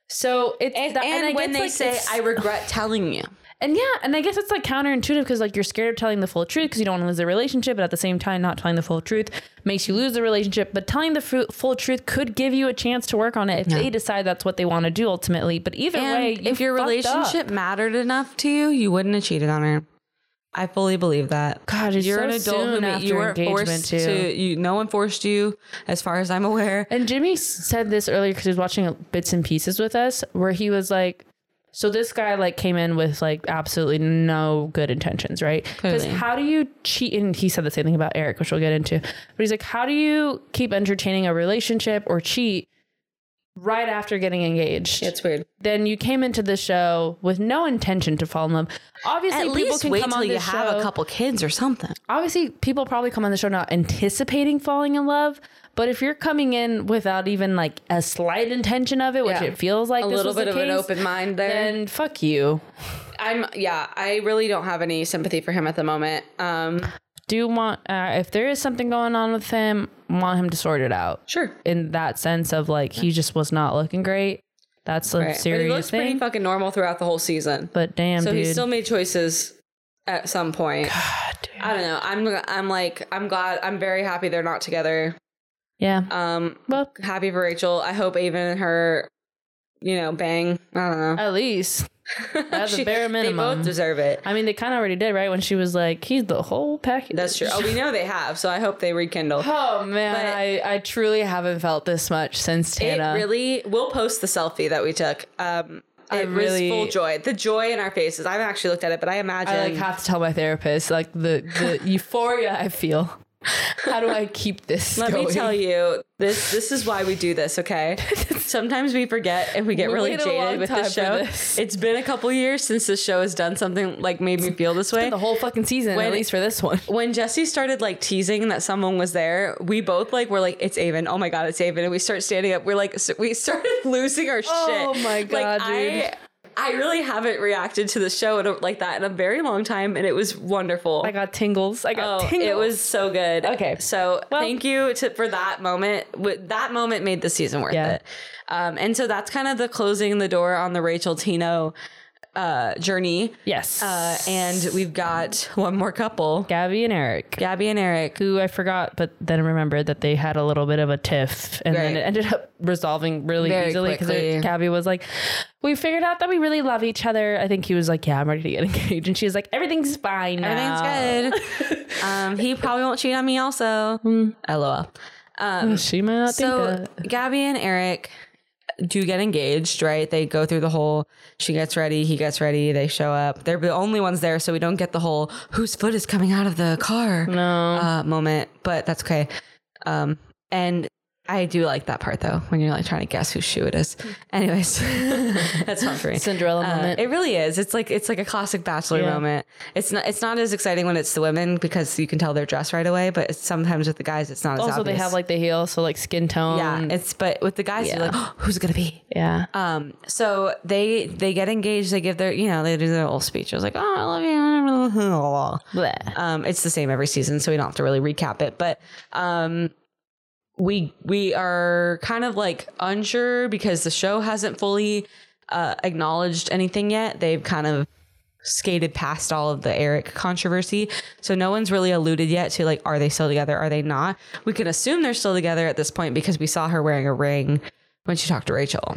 so it's
and,
that-
and
I
when
guess,
they
like,
say
it's-
i regret telling you
and yeah and i guess it's like counterintuitive because like you're scared of telling the full truth because you don't want to lose the relationship but at the same time not telling the full truth makes you lose the relationship but telling the fu- full truth could give you a chance to work on it if they decide that's what they want to do ultimately but either way
And
you
if your
fucked up.
relationship mattered enough to you, you wouldn't have cheated on her. I fully believe that.
God, it's
you're
so
an adult who
soon
ma-
after
you weren't
engagement,
forced
too.
to. You, no one forced you, as far as I'm aware.
And Jimmy s- said this earlier because he was watching bits and pieces with us, where he was like, "So this guy like came in with like absolutely no good intentions, right? Because
Clearly.
how do you cheat?" And he said the same thing about Eric, which we'll get into. But he's like, "How do you keep entertaining a relationship or cheat?" Right after getting engaged,
weird.
then you came into the show with no intention to fall in love. Obviously,
At
people
least
can
wait
come
till
on
you
this
have
show
a couple kids or something.
obviously people probably come on the show not anticipating falling in love but if you're coming in without even like a slight intention of it which
Yeah.
it feels like this was the case,
mind
then fuck you
I'm yeah. I really don't have any sympathy for him at the moment. Um,
do want uh, if there is something going on with him want him to sort it out
sure.
in that sense of like he just was not looking great that's a serious thing
fucking normal throughout the whole season.
but damn
So
dude
he still made choices at some point.
God, dude.
I don't know. I'm I'm like I'm glad I'm very happy they're not together.
yeah
Um
well
happy for Rachel. I hope Avon and her you know bang. I don't know.
at least At the bare
They
minimum.
both deserve it.
i mean they kind of already did right when she was like he's the whole package
That's true. Oh, we know they have, so I hope they rekindle.
Oh man,
But-
I, I truly haven't felt this much since
It
Tana.
really we'll post the selfie that we took. Um
I
it
really-
was full joy. The joy in our faces. I haven't actually looked at it, but I imagine
I like have to tell my therapist like the, the euphoria I feel. How do I keep this?
Let
going?
me tell you, this this is why we do this, okay? Sometimes we forget and we get
We
really
waited a long
jaded with
time for
this show.
this.
It's been a couple years since this show has done something like made me feel this way.
the whole fucking season,
When-
at least for this one.
When Jesse started like teasing that someone was there, we both like were like, "It's Avon! Oh my god, it's Avon!" And we start standing up. We're like, so- we started losing our shit.
Oh my God,
like, I, I really haven't reacted to the show in a, like that in a very long time, and it was wonderful.
I got tingles. I got
Oh,
tingles.
it was so good.
Okay.
So
Well-
thank you to, for that moment. Wi- That moment made the season worth
Yeah.
it. Um, and so that's kind of the closing the door on the Rachel Tino uh, journey.
Yes.
Uh, and we've got one more couple,
Gabby and Eric,
Gabby and Eric.
who I forgot, but then remembered that they had a little bit of a tiff, and then
Right.
it ended up resolving really
Very
easily because
quickly.
Gabby was like, "We figured out that we really love each other." I think he was like, "Yeah, I'm ready to get engaged," and she was like, "Everything's fine. Now.
Everything's good. um, he probably won't cheat on me, also.
Hmm.
LOL. Um,
She might not think
so
that.
Gabby and Eric do get engaged, right? They go through the whole she gets ready, he gets ready, they show up. They're the only ones there, so we don't get the whole whose foot is coming out of the car
No.
uh, moment, but that's okay. Um, and I do like that part though, when you're like trying to guess whose shoe it is. Anyways, that's fun for me.
Cinderella
Uh,
moment.
It really is. It's like it's like a classic bachelor
Yeah.
moment. It's not it's not as exciting when it's the women because you can tell their dress right away, but it's sometimes with the guys it's not as
also, they
obvious.
have like the heel, so like skin tone.
yeah, it's but with the guys you're like, oh, who's it gonna be?
yeah.
Um, so they they get engaged. They give their you know they do their little speech. I was like, oh, I love you.
Bleh.
Um, it's the same every season, so we don't have to really recap it. But um, we we are kind of like unsure because the show hasn't fully uh, acknowledged anything yet. They've kind of skated past all of the Eric controversy, so no one's really alluded yet to like, are they still together? Are they not? We can assume they're still together at this point because we saw her wearing a ring when she talked to Rachel.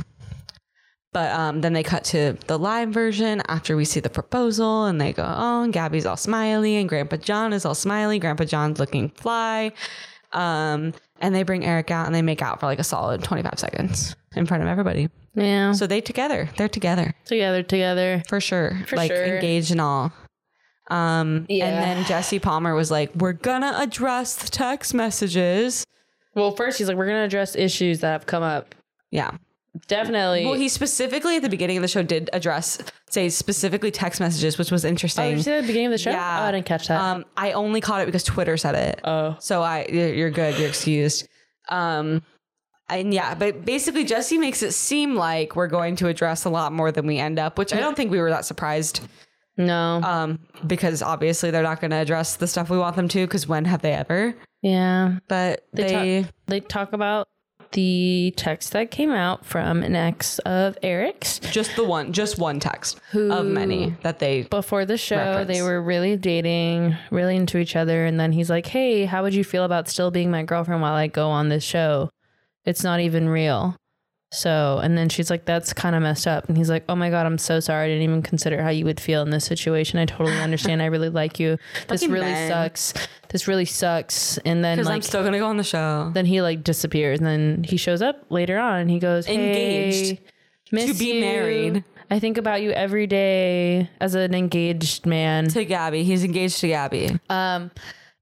But um, then they cut to the live version after we see the proposal, and they go, "Oh, and Gabby's all smiley, and Grandpa John is all smiley. Grandpa John's looking fly." Um, and they bring Eric out, and they make out for like a solid twenty-five seconds in front of everybody.
Yeah.
So they together, they're together
together, together.
for sure,
For
like
sure.
engaged and all. Um,
Yeah.
and then Jesse Palmer was like, "We're gonna address the text messages."
Well, first he's like, we're gonna address issues that have come up.
Yeah,
Definitely.
Well, he specifically at the beginning of the show did address, say specifically text messages, which was
Oh,
interesting.
did you see that at the beginning of the show?
Yeah.
Oh, I didn't catch that.
um, uh, I only caught it because Twitter said it.
oh.
So I, you're you're good. You're excused. Um, and yeah, but basically Jesse makes it seem like we're going to address a lot more than we end up, which I don't think we were that surprised.
No.
Um, because obviously they're not going to address the stuff we want them to. Because when have they ever?
yeah.
But they,
They They talk about the text that came out from an ex of Eric's
just the one, just one text of many that they.
before the show. They
Reference.
were really dating, really into each other. And then he's like, Hey, how would you feel about still being my girlfriend while I go on this show? It's not even real. So, and then she's like, That's kind of messed up. And he's like, Oh my God, I'm so sorry. I didn't even consider how you would feel in this situation. I totally understand. I really like you. This
Fucking
really
men.
sucks. This really sucks. And then,
Because I'm
like,
still gonna go on the show.
then he like disappears and then he shows up later on and he goes
Engaged
hey, miss
be
you.
married."
i think about you every day as an engaged man
to Gabby. He's engaged to Gabby.
um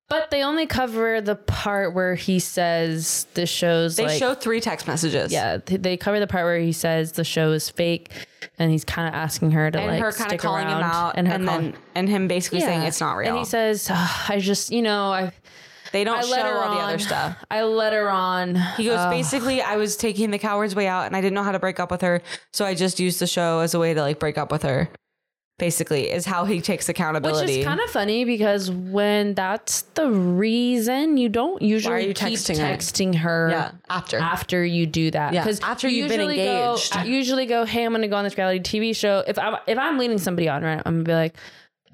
but they only cover the part where he says the show's
they
like
show three text messages.
yeah th- they cover the part where he says the show is fake and he's kind of asking her to
And
like
her kind
stick
of calling
around
him out and,
and her calling-
then and him basically saying
Yeah.
it's not real.
and he says "Ugh, i just you know i
they don't
i
show
let her
all
on
the other stuff.
i let her on
He goes, basically, I was taking the coward's way out and I didn't know how to break up with her. So I just used the show as a way to like break up with her. Basically, is how he takes accountability.
Which is kind of funny because when that's the reason, you don't usually
you
keep
texting her?
texting her.
yeah, after.
After you do that,
Yeah,
because
after you've been engaged.
go, I usually go, "Hey, I'm gonna go on this reality TV show." If I'm if I'm leading somebody on, right, I'm gonna be like,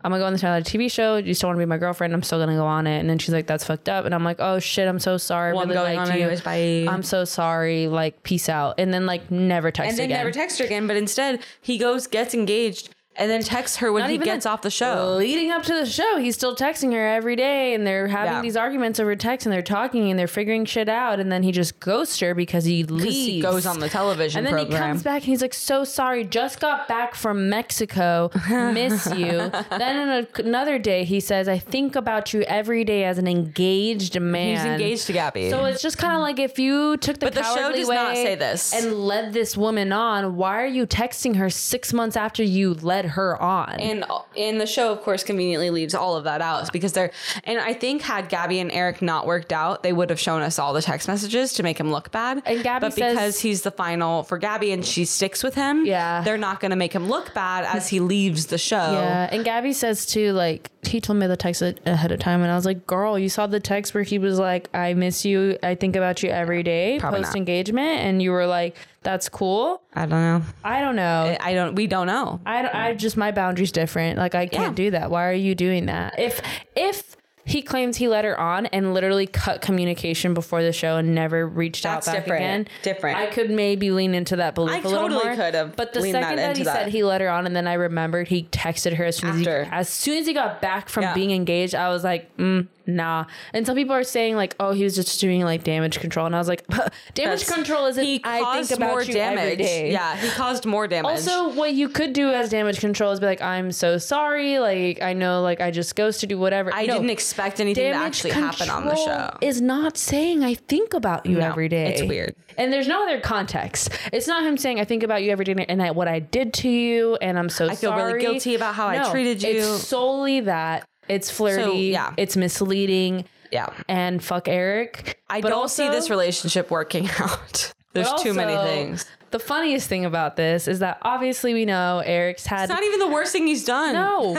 "I'm gonna go on this reality TV show. You still want to be my girlfriend? I'm still gonna go on it." And then she's like, "That's fucked up," and I'm like, "Oh shit, I'm so sorry. I
Well, I'm
really
going
liked
on
you.
anyways, bye."
I'm so sorry. Like, peace out." And then like never text
and then
again.
never text her again, but instead he goes, gets engaged, and then texts her when
Not
he
even
gets
that-
off the show.
leading up to the show, he's still texting her every day, and they're having
Yeah.
these arguments over text, and they're talking, and they're figuring shit out, and then he just ghosts her because he leaves.
He goes on the television
and then
program.
he comes back and he's like, "So sorry, just got back from Mexico, miss you." then on a, another day, he says, "I think about you every day as an engaged man."
He's engaged to Gabby.
So it's just kind of like if you took the
But the show
cowardly
does not
way
say this.
and led this woman on. Why are you texting her six months after you led her on?
and and the show of course conveniently leaves all of that out because they're and i think had gabby and eric not worked out they would have shown us all the text messages to make him look bad
And Gabby
but
says-
because he's the final for gabby and she sticks with him
Yeah.
they're not going to make him look bad as he leaves the show
Yeah, and Gabby says too, like he told me the text a- ahead of time, and I was like, "Girl, you saw the text where he was like, I miss you, I think about you every day,
Probably not.
post engagement,' and you were like, That's cool.
I don't know.
I don't know.
I- I don't. We don't know.
I, don't- I just my boundaries different. Like I can't
Yeah.
do that. Why are you doing that? If if he claims he let her on and literally cut communication before the show and never reached
That's
out back
different.
again,
Different.
I could maybe lean into that belief.
I
a little
totally
more.
could've
But the
leaned that
second that, he
into
said
that.
he let her on, and then I remembered he texted her as soon as he,
After.
as soon as he got back from
Yeah.
being engaged, I was like, mm, nah. And some people are saying like, oh, he was just doing like damage control, and I was like, damage
That's-
control isn't.
He
I think
caused
about
more
you every
damage.
day.
Yeah, he caused more damage.
Also, what you could do as damage control is be like, I'm so sorry. Like, I know, like, I just ghosted you, whatever.
I
No,
didn't expect anything to
damage
actually happen on the
control
show.
Is not saying I think about you
No,
every day.
it's weird.
And there's no other context. It's not him saying I think about you every day and I, what I did to you, and I'm so sorry. I
feel really guilty about how I treated you.
It's solely that. It's flirty.
yeah.
It's misleading.
Yeah.
And fuck Eric.
I
But
don't see
also-
this relationship working out. There's too many
also,
things.
The funniest thing about this is that obviously we know Eric's had
It's not even the worst thing he's done.
No.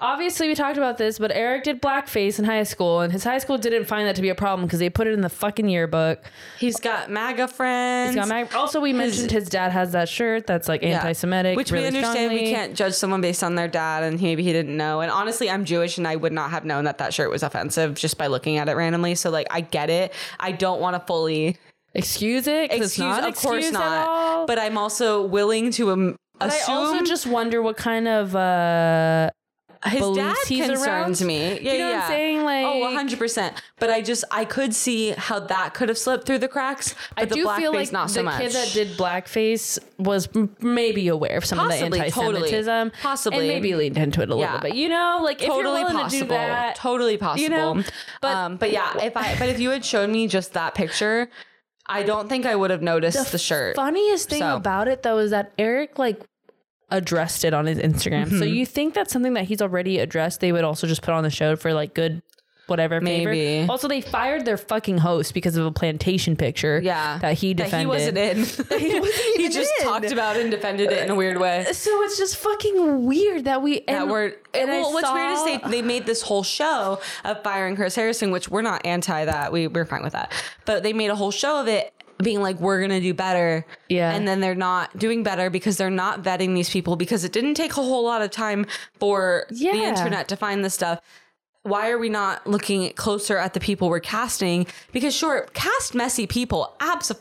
Obviously, we talked about this, but Eric did blackface in high school, and his high school didn't find that to be a problem because they put it in the fucking yearbook.
He's got MAGA friends.
He's got mag- also, we mentioned his dad has that shirt that's like
Yeah.
anti-Semitic,
Which
really
we understand we
strongly.
can't judge someone based on their dad and maybe he didn't know. And honestly, I'm Jewish and I would not have known that that shirt was offensive just by looking at it randomly. So like I get it. I don't want to fully
excuse it. 'cause it's
excuse
not
of course
excused at
not.
all.
But I'm also willing to um,
But I
assume
also just wonder what kind of uh,
his dad
beliefs he's
concerns
around.
me. Yeah,
you know
yeah.
what I'm saying? Like,
Oh, 100%. But I just, I could see how that could have slipped through the cracks. But
I
the
do
blackface,
feel like
not so
the
much.
kid that did blackface was m- maybe aware of some of the
Possibly, totally.
anti-Semitism,
Possibly.
and maybe leaned into it a little
Yeah.
bit. You know, like if you're
totally
willing to
possible.
do that,
totally possible.
know? But-
but um, but yeah, if I but if you had shown me just that picture, I don't think I would have noticed the, shirt.
Funniest thing
So-
about it though is that Eric like addressed it on his Instagram.
Mm-hmm.
So you think that's something that he's already addressed? They would also just put on the show for like good whatever favor.
Maybe.
Also, they fired their fucking host because of a plantation picture.
Yeah,
that he
That he
defended.
wasn't in. he
wasn't even
just
in.
talked about it and defended it in a weird way.
so it's just fucking weird that we and
That word.
and I
well, what's weird is
saw-
they, they made this whole show of firing Chris Harrison, which we're not anti that. We we're fine with that. But they made a whole show of it being like we're gonna do better.
Yeah.
And then they're not doing better because they're not vetting these people because it didn't take a whole lot of time for the
Yeah.
internet to find this stuff. Why are we not looking closer at the people we're casting? Because sure, cast messy people,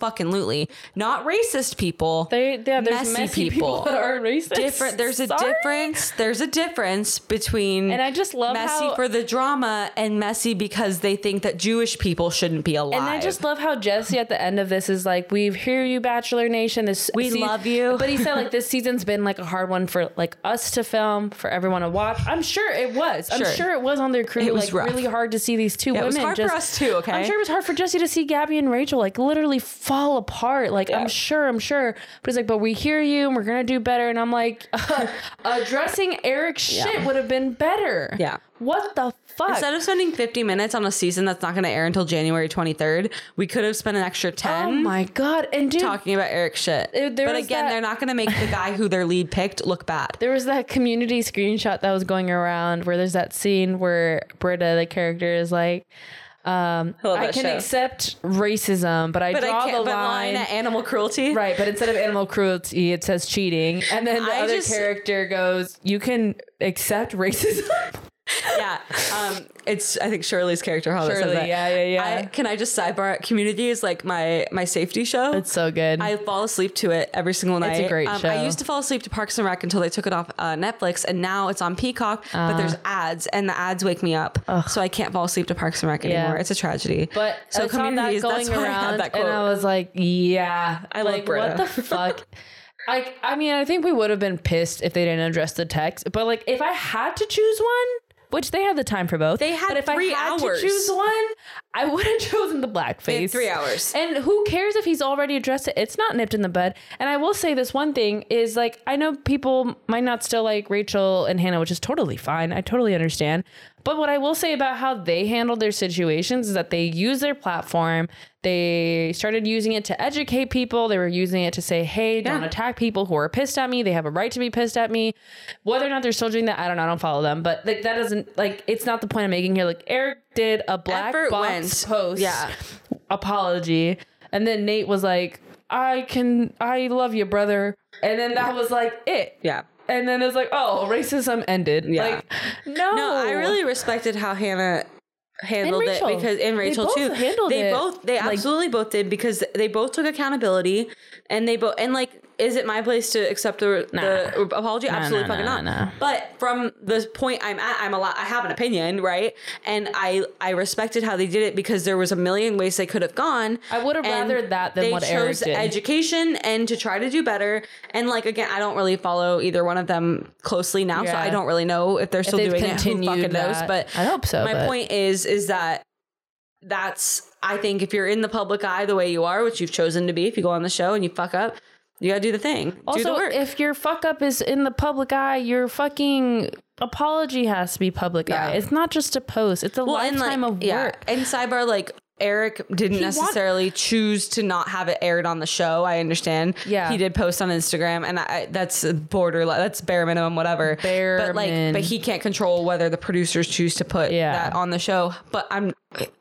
absolutely, not racist people.
They, yeah, there's messy, people. that are racist.
Different. There's a
Sorry?
difference. There's a difference between
And I just love
messy
how-
for the drama and messy because they think that Jewish people shouldn't be alive.
And I just love how Jesse at the end of this is like, "We hear you, Bachelor Nation. This
We love you.
But he said like this season's been like a hard one for like us to film, for everyone to watch. I'm sure it was.
Sure.
I'm sure it was on their crew.
It was
like
rough.
really hard to see these two
it
women.
was hard for
just,
us too, okay?
I'm sure it was hard for Jesse to see Gabby and Rachel like literally fall apart. Like I'm sure, I'm sure. But he's like, "But we hear you, and we're gonna do better. And I'm like, addressing Eric's shit would have been better.
Yeah.
What the fuck?
Instead of spending 50 minutes on a season that's not going to air until January 23rd, we could have spent an extra 10
oh my god! And dude,
talking about Eric shit.
It- there
but
was
again,
that-
they're not going to make the guy who their lead picked look bad.
There was that community screenshot that was going around where there's that scene where Britta, the character, is like, um,
love
I
that
can
show.
accept racism, but I
But
draw
I can't
the
but
line.
at animal cruelty.
right, but instead of animal cruelty, it says cheating. And then the
I
other
just-
character goes, You can accept racism.
yeah. Um, it's I think Shirley's character how
Shirley,
says that.
yeah, yeah, yeah.
I, can I just sidebar? Community is like my my safety show.
It's so good.
I fall asleep to it every single night.
a great
um,
show.
I used to fall asleep to Parks and Rec until they took it off uh, Netflix, and now it's on Peacock. but there's
Ah.
ads, and the ads wake me up, so I can't fall asleep to Parks and Rec anymore. It's a tragedy.
but
so
I saw that
community is
going
that's why I
around,
have that quote.
and I was like, "Yeah, I
love
like
Britta.
what the fuck." I, I mean, I think we would have been pissed if they didn't address the text. But like, if I had to choose one, which they had the time for both,
They had
But if
three
I had
hours.
to choose one, I would have chosen the blackface.
three hours.
And who cares if he's already addressed it? It's not nipped in the bud. And I will say this one thing is like I know people might not still like Rachel and Hannah, which is totally fine. I totally understand. But what I will say about how they handled their situations is that they used their platform. They started using it to educate people. They were using it to say, hey, don't
Yeah.
attack people who are pissed at me. They have a right to be pissed at me. Whether or not they're still doing that, I don't know. I don't follow them. But like that doesn't like it's not the point I'm making here. Like Eric did a black
Effort
box
went.
post
Yeah.
apology. And then Nate was like, I can, I love you, brother. And then that was like it.
Yeah.
And then it was like, oh, racism ended.
Yeah.
Like, no.
No, I really respected how Hannah handled
And
it
Rachel.
because and
They
Rachel
both
too.
handled
they
it,
both they
like-
absolutely both did because they both took accountability and they both and like is it my place to accept the, the
Nah.
apology? Absolutely
nah,
fucking
nah,
not.
nah.
But from the point I'm at, I'm a lot. I have an opinion, right? And I I respected how they did it because there was a million ways they could have gone.
I would have
and
rather that than
they
what Eric
chose
did.
education and to try to do better. And like again, I don't really follow either one of them closely now, so
Yeah.
I don't really know if they're still
they've
doing it. Who
continued
fucking knows?
that.
But
I hope so,
My
but-
point is, is that that's I think if you're in the public eye the way you are, which you've chosen to be, if you go on the show and you fuck up, you gotta do the thing. do the
Also,
work.
if your fuck up is in the public eye, your fucking apology has to be public
Yeah.
eye. It's not just a post. It's a
and,
lifetime
like,
of work.
yeah, and sidebar like. Eric didn't
want-
necessarily choose to not have it aired on the show. I understand.
Yeah.
he did post on Instagram, and I, that's borderline. That's bare minimum, whatever.
Bare
but like,
min.
but he can't control whether the producers choose to put
Yeah.
that on the show. But I'm,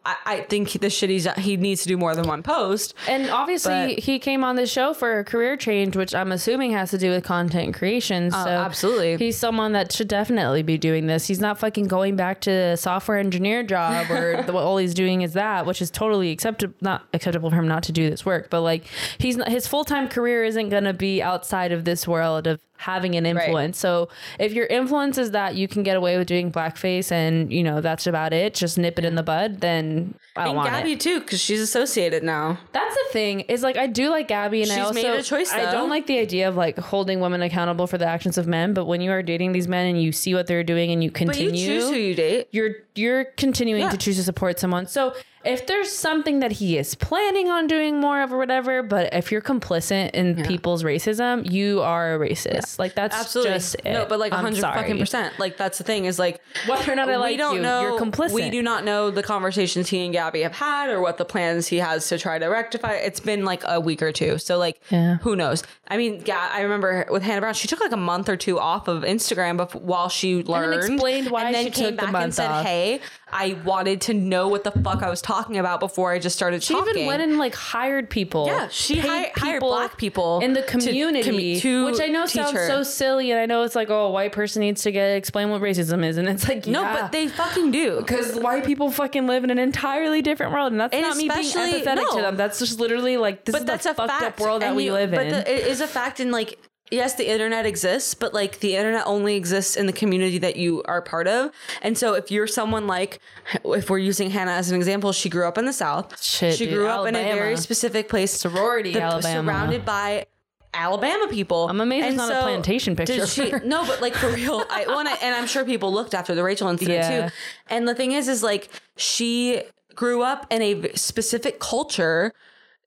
I, I think the shit he's he needs to do more than one post.
And obviously,
But-
he came on the show for a career change, which I'm assuming has to do with content creation. So
Oh, absolutely.
he's someone that should definitely be doing this. He's not fucking going back to a software engineer job where the, all he's doing is that, which is totally acceptable. Not acceptable for him not to do this work, but like he's not, his full time career isn't going to be outside of this world of having an influence. So if your influence is that you can get away with doing blackface and you know that's about it, just nip it in the bud, then I don't
And
want it.
Gabby too, because she's associated now.
That's the thing is like I do like Gabby and I
She's
also
made a choice,
I
though.
don't like the idea of like holding women accountable for the actions of men, but when you are dating these men and you see what they're doing and you
But you
continue
choose who you date.
you're you're continuing
Yeah.
to choose to support someone. So if there's something that he is planning on doing more of or whatever, but if you're complicit in people's racism, you are a racist. Like that's
Absolutely.
just it.
No, but like
I'm
hundred fucking
sorry.
percent. Like that's the thing is like
Whether or not I
we
like
don't
you,
know.
you're complicit.
We do not know the conversations he and Gabby have had or what the plans he has to try to rectify. It's been like a week or two, so like
Yeah.
who knows? I mean, Ga- I remember with Hannah Brown, she took like a month or two off of Instagram before, while she learned,
explained why
and then
she
came
took the
back and
month
said,
off.
"Hey, I wanted to know what the fuck I was talking about before I just started
She
talking."
even went and like hired people.
Yeah, she
paid
hi- hired black people
in the
to commu-
community,
to
which I know
teach
sounds
her.
so silly, and I know it's like, oh, a white person needs to get explain what racism is, and it's like,
No, but they fucking do.
because white people fucking live in an entirely different world, and that's
And
not me being
especially-
empathetic
no.
to them. That's just literally like this
but
is
that's
the
a
fucked
fact.
up world that
And
we
you-
live
but
in.
the- it is a fact, and like, yes, the internet exists, but like, the internet only exists in the community that you are part of. And so, if you're someone like, if we're using Hannah as an example, she grew up in the South.
Shit,
she
dude,
grew up in a very
Alabama.
specific place,
Sorority, Alabama.
surrounded by. Alabama people.
I'm amazed it's not a plantation
did
picture
she-
of her.
no, but like for real, I, when I, and I'm sure people looked after the Rachel incident
Yeah.
too. And the thing is, is like she grew up in a v- specific culture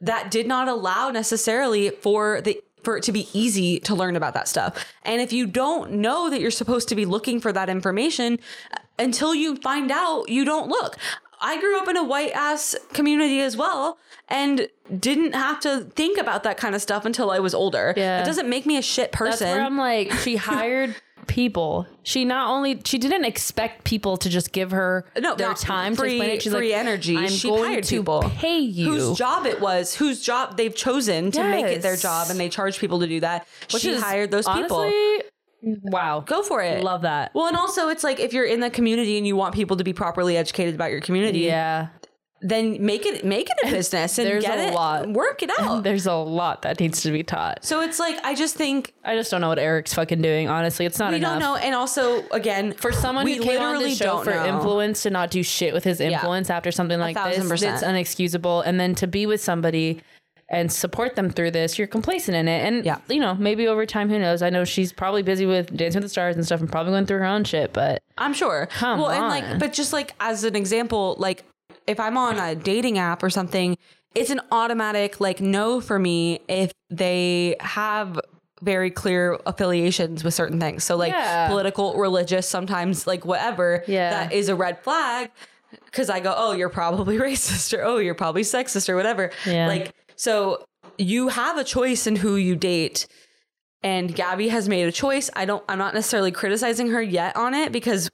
that did not allow necessarily for the for it to be easy to learn about that stuff. And if you don't know that you're supposed to be looking for that information uh, until you find out, you don't look. I grew up in a white ass community as well and didn't have to think about that kind of stuff until I was older.
Yeah.
It doesn't make me a shit
That's
person.
where I'm like, she hired people. She not only she didn't expect people to just give her
No,
their
not
time
free-
to explain it. She's
free
like,
energy.
I'm
She
going
hired
to
people
pay you.
whose job it was, whose job they've chosen to make it their
Yes.
job, and they charge people to do that. she
is
hired those people.
honestly, Wow,
Go for it.
Love that.
Well, and also it's like if you're in the community and you want people to be properly educated about your community,
Yeah,
then make it make it a business and
There's
get
a
it,
lot.
work it out.
there's a lot that needs to be taught.
so it's like I just think
I just don't know what Eric's fucking doing. Honestly, it's not
we
enough.
don't know, and also again
For someone
we
who came on this show for influence to not do shit with his influence after something like this,
thousand percent.
it's unexcusable. And then to be with somebody and support them through this, you're complacent in it. And
Yeah.
you know, maybe over time, who knows? I know she's probably busy with Dancing with the Stars and stuff, and probably going through her own shit. But
I'm sure.
Come
well, and like,
on.
but just like as an example, like if I'm on a dating app or something, it's an automatic like no for me if they have very clear affiliations with certain things. So like
Yeah.
political, religious, sometimes like whatever.
Yeah.
That is a red flag because I go, oh, you're probably racist or oh, you're probably sexist or whatever.
Yeah.
Like so, you have a choice in who you date and Gabby has made a choice. I don't I'm not necessarily criticizing her yet on it because